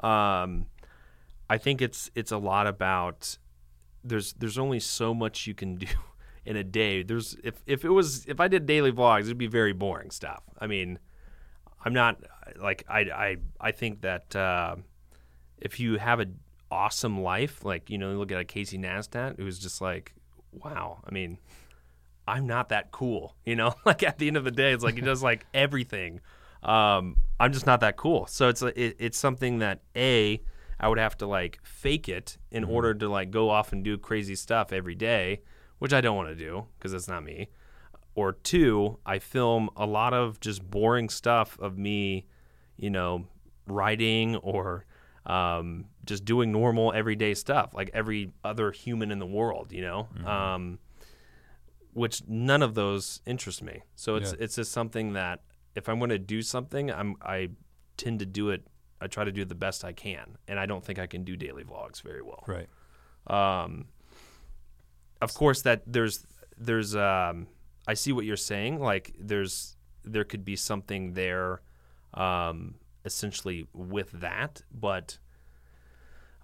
B: Um, I think it's it's a lot about there's there's only so much you can do in a day. There's if if it was if I did daily vlogs, it'd be very boring stuff. I mean, I'm not like I I I think that uh, if you have an awesome life, like you know, look at a Casey Nastat who's just like, wow. I mean, I'm not that cool, you know. like at the end of the day, it's like he does like everything. Um, I'm just not that cool. So it's a, it, it's something that a I would have to like fake it in order to like go off and do crazy stuff every day, which I don't want to do because that's not me or two, I film a lot of just boring stuff of me, you know, writing or um, just doing normal everyday stuff like every other human in the world, you know, um, which none of those interest me. So it's it's just something that if I'm going to do something, I'm I tend to do it. I try to do the best I can, and I don't think I can do daily vlogs very well
D: Right.
B: of course that there's there's um I see what you're saying like there's there could be something there um essentially with that but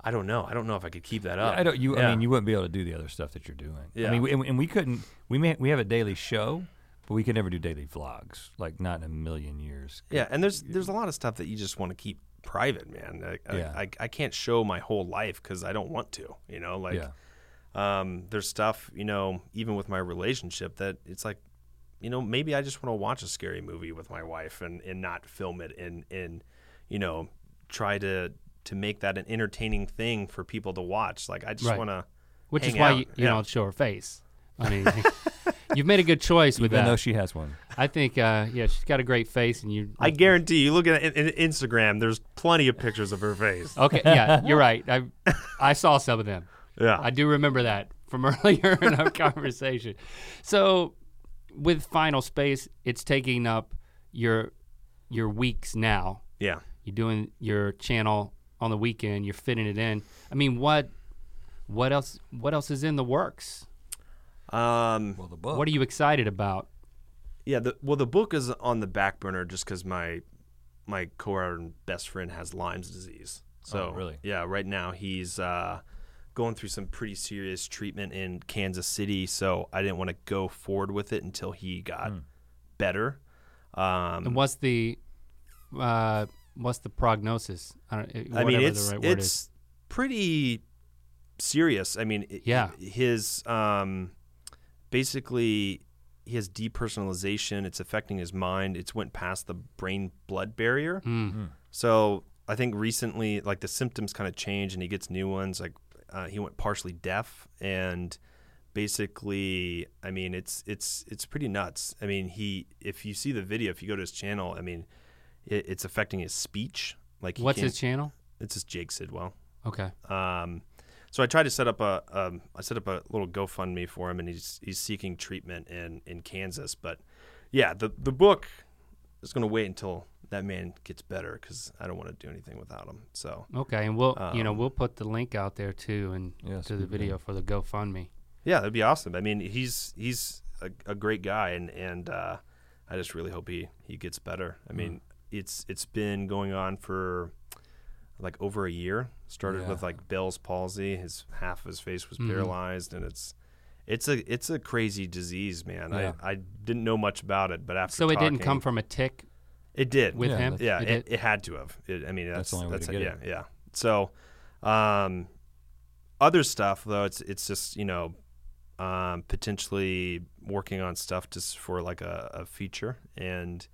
B: I don't know I don't know if I could keep that up
D: I don't. You. I
B: Yeah.
D: mean, you wouldn't be able to do the other stuff that you're doing. I
B: Yeah.
D: mean, we, and, and we couldn't. We may. We have a daily show, but we could never do daily vlogs. Like, not in a million years.
B: yeah and there's there's a lot of stuff that you just want to keep private man I, I-
D: Yeah.
B: I, I can't show my whole life cuz I don't want to you know like
D: yeah.
B: um, there's stuff you know even with my relationship that it's like you know maybe i just want to watch a scary movie with my wife and, and not film it and and you know try to to make that an entertaining thing for people to watch like i just
E: Right.
B: want to
E: which is
B: hang
E: why
B: out.
E: you, you
B: Yeah.
E: don't show her face. I mean, you've made a good choice with
D: Even though
E: that.
D: she has one.
E: I think, uh, yeah, she's got a great face, and you.
B: i guarantee you look at in, in instagram there's plenty of pictures of her face
E: okay, yeah, you're right. I, I saw some of them.
B: yeah
E: I do remember that from earlier in our conversation. So, with Final Space, it's taking up your your weeks now.
B: yeah
E: You're doing your channel on the weekend. You're fitting it in. I mean, what what else? What else is in the works?
B: um
D: Well, the book.
E: What are you excited about?
B: yeah the, well the book is on the back burner just because my my co-writer and best friend has lyme's disease so
D: Oh, really?
B: yeah right now he's uh, going through some pretty serious treatment in kansas city so i didn't want to go forward with it until he got
D: Hmm.
B: better um,
E: And what's the uh, what's the prognosis? I, don't, it-
B: i mean
E: whatever
B: it's
E: the right word
B: it's
E: is.
B: pretty serious i mean it-
E: Yeah.
B: his um, basically he has depersonalization it's affecting his mind it's went past the brain blood barrier
E: Mm.
B: So I think recently, like the symptoms kind of change, and he gets new ones. Like uh, he went partially deaf and basically I mean it's it's it's pretty nuts. I mean he if you see the video if you go to his channel I mean it, it's affecting his speech like he
E: What's
B: can't-
E: his channel?
B: it's just Jake Sidwell.
E: Okay.
B: Um, so I tried to set up a um, I set up a little GoFundMe for him, and he's he's seeking treatment in in Kansas. But yeah, the the book is going to wait until that man gets better because I don't want to do anything without him. So
E: Okay, and we'll you know
B: Um,
E: we'll put the link out there too, and
D: Yes,
E: to the
D: we will.
E: video for the GoFundMe.
B: yeah, that'd be awesome. I mean, he's he's a, a great guy, and and uh, I just really hope he he gets better.
E: Mm.
B: I mean, it's it's been going on for like over a year. Started
D: Yeah.
B: with like Bell's palsy. His half of his face was
E: Mhm.
B: paralyzed, and it's it's a it's a crazy disease, man.
D: Yeah.
B: I, I didn't know much about it, but after
E: So it didn't
B: talking-
E: come from a tick
B: it did
E: with
D: Yeah,
E: him.
B: yeah,
E: it
B: it,
E: did?
B: it had to have. It, I mean, that's
D: the only way
B: that's
D: to
B: it, yeah,
D: get
B: yeah. So, um, other stuff though, it's it's just you know, um, potentially working on stuff just for like a, a feature and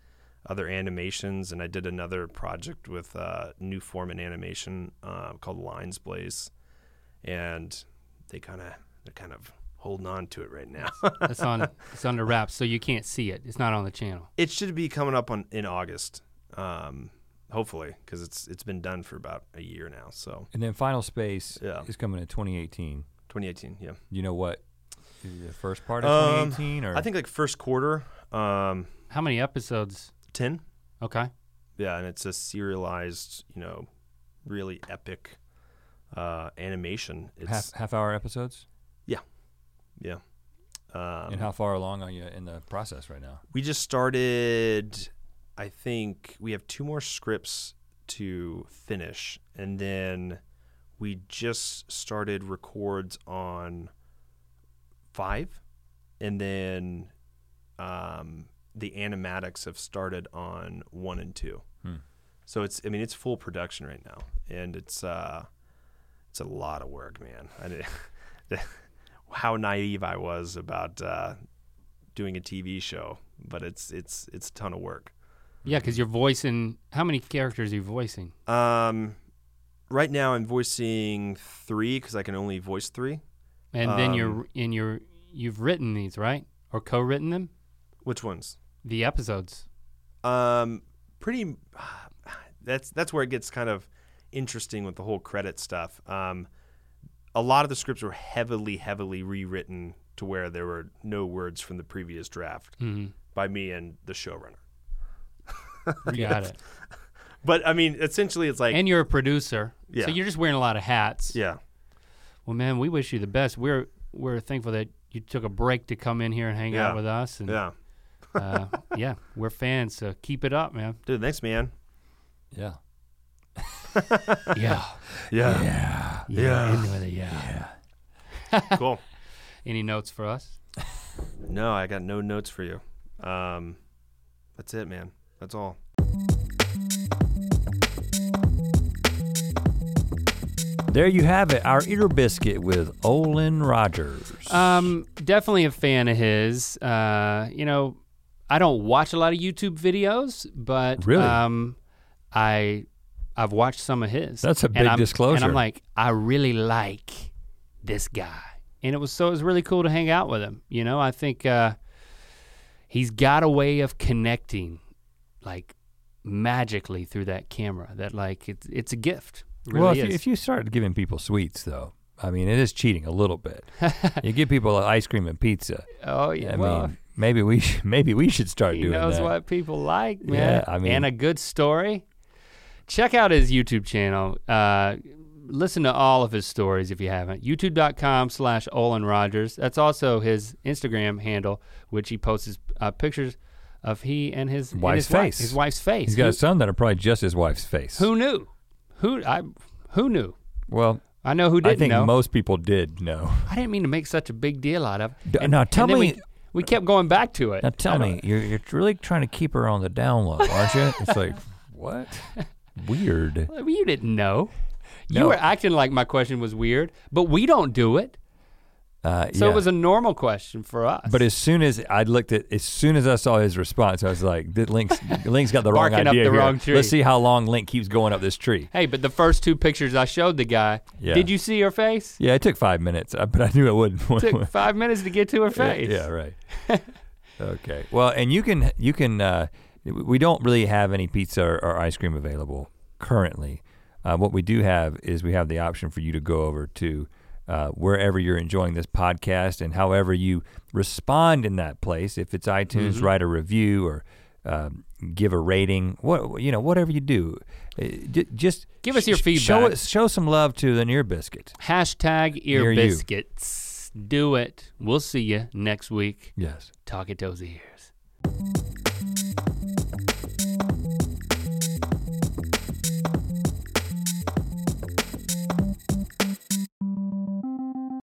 B: other animations. And I did another project with uh, New Form and Animation uh, called Lines Blaze, and they kind of they're kind of holding on to it right now.
E: it's on it's under wraps, so you can't see it. It's not on the channel.
B: it should be coming up on in August, um, hopefully, because it's it's been done for about a year now. So
D: And then Final Space
B: Yeah.
D: is coming in 2018.
B: 2018, yeah.
D: You know what? The first part of
B: Um,
D: 2018, or
B: I think like first quarter, um,
E: How many episodes?
B: ten,
E: Okay,
B: yeah, and it's a serialized, you know, really epic uh, animation. It's
D: half half hour episodes.
B: yeah. Um,
D: and how far along are you in the process right now?
B: we just started. I think we have two more scripts to finish, and then we just started records on five, and then um, the animatics have started on one and two.
D: Hmm.
B: So it's I mean it's full production right now, and it's uh, it's a lot of work, man. I did, how naive I was about uh, doing a TV show, but it's it's it's a ton of work.
E: yeah, because you're voicing. How many characters are you voicing?
B: Um, right now I'm voicing three because I can only voice three.
E: And then
B: Um,
E: you're in your you've written these right or co-written them
B: Which ones?
E: the episodes.
B: Um, pretty. That's that's where it gets kind of interesting with the whole credit stuff. Um, a lot of the scripts were heavily, heavily rewritten to where there were no words from the previous draft by me and the showrunner.
E: You Got it.
B: But I mean, essentially, it's like
E: And you're a producer,
B: Yeah.
E: so you're just wearing a lot of hats.
B: yeah,
E: Well, man, we wish you the best. We're we're thankful that you took a break to come in here and hang out
B: Yeah.
E: with us. And,
B: yeah,
E: uh, yeah, we're fans, so keep it up, man.
B: dude. Thanks, man.
D: Yeah.
E: Yeah.
B: Yeah,
E: Yeah.
B: Yeah.
E: into it, yeah.
B: cool.
E: Any notes for us?
B: No, I got no notes for you. Um, that's it, man. That's all.
D: There you have it. Our ear biscuit with Olin Rogers.
E: Um, definitely a fan of his. Uh, you know, I don't watch a lot of YouTube videos, but
D: Really?
E: um, I I've watched some of his.
D: That's a
E: And
D: big
E: I'm- And
D: disclosure.
E: I'm like, I really like this guy, and it was so it was really cool to hang out with him. You know, I think uh, he's got a way of connecting, like magically through that camera. That like it's it's a gift. It Really
D: well, if
E: is.
D: you, if you start giving people sweets, though, I mean, it is cheating a little bit. you give people ice cream and pizza.
E: oh yeah.
D: I
E: well,
D: mean, maybe we should, maybe we should start
E: he
D: doing
E: knows
D: that.
E: what people like,
D: Yeah,
E: man.
D: I mean-
E: and a good story. Check out his YouTube channel. Uh, listen to all of his stories if you haven't. YouTube.com slash Olin Rogers. That's also his Instagram handle, which he posts uh, pictures of he and his and
D: Wife's
E: his wife-
D: face.
E: his wife's face.
D: He's got
E: who,
D: a son that'll probably just his wife's face.
E: who knew? Who I? Who knew?
D: Well,
E: I know who
D: I
E: didn't
D: think
E: know.
D: most people did know.
E: I didn't mean to make such a big deal out of. it.
D: D- now tell
E: then
D: me-
E: We, we kept going back to it.
D: Now tell me, you're, you're really trying to keep her on the down low, aren't you? It's like, what? Weird.
E: Well, You didn't know. You
D: No.
E: were acting like my question was weird, but we don't do it.
D: Uh,
E: So
D: yeah.
E: it was a normal question for us.
D: But as soon as I looked at, as soon as I saw his response, I was like, "Th- "Link's Link's got the wrong
E: Barking up
D: idea
E: the
D: here.
E: wrong tree.
D: Let's see how long Link keeps going up this tree."
E: hey, but the first two pictures I showed the guy,
D: Yeah.
E: did you see her face?
D: Yeah, it took five minutes, uh, but I knew it wouldn't.
E: took five minutes to get to her face.
D: Yeah, right. okay. Well, and you can you can uh, we don't really have any pizza or, or ice cream available currently. Uh, what we do have is we have the option for you to go over to uh, wherever you're enjoying this podcast and however you respond in that place. If it's iTunes,
E: Mm-hmm.
D: write a review or um, give a rating. What you know, whatever you do, Uh, j- just
E: Give us your
D: Show
E: feedback.
D: us, show some love to the near biscuit.
E: Hashtag ear
D: Near you.
E: biscuits. Do it. We'll see you next week.
D: Yes.
E: Talk at those ears.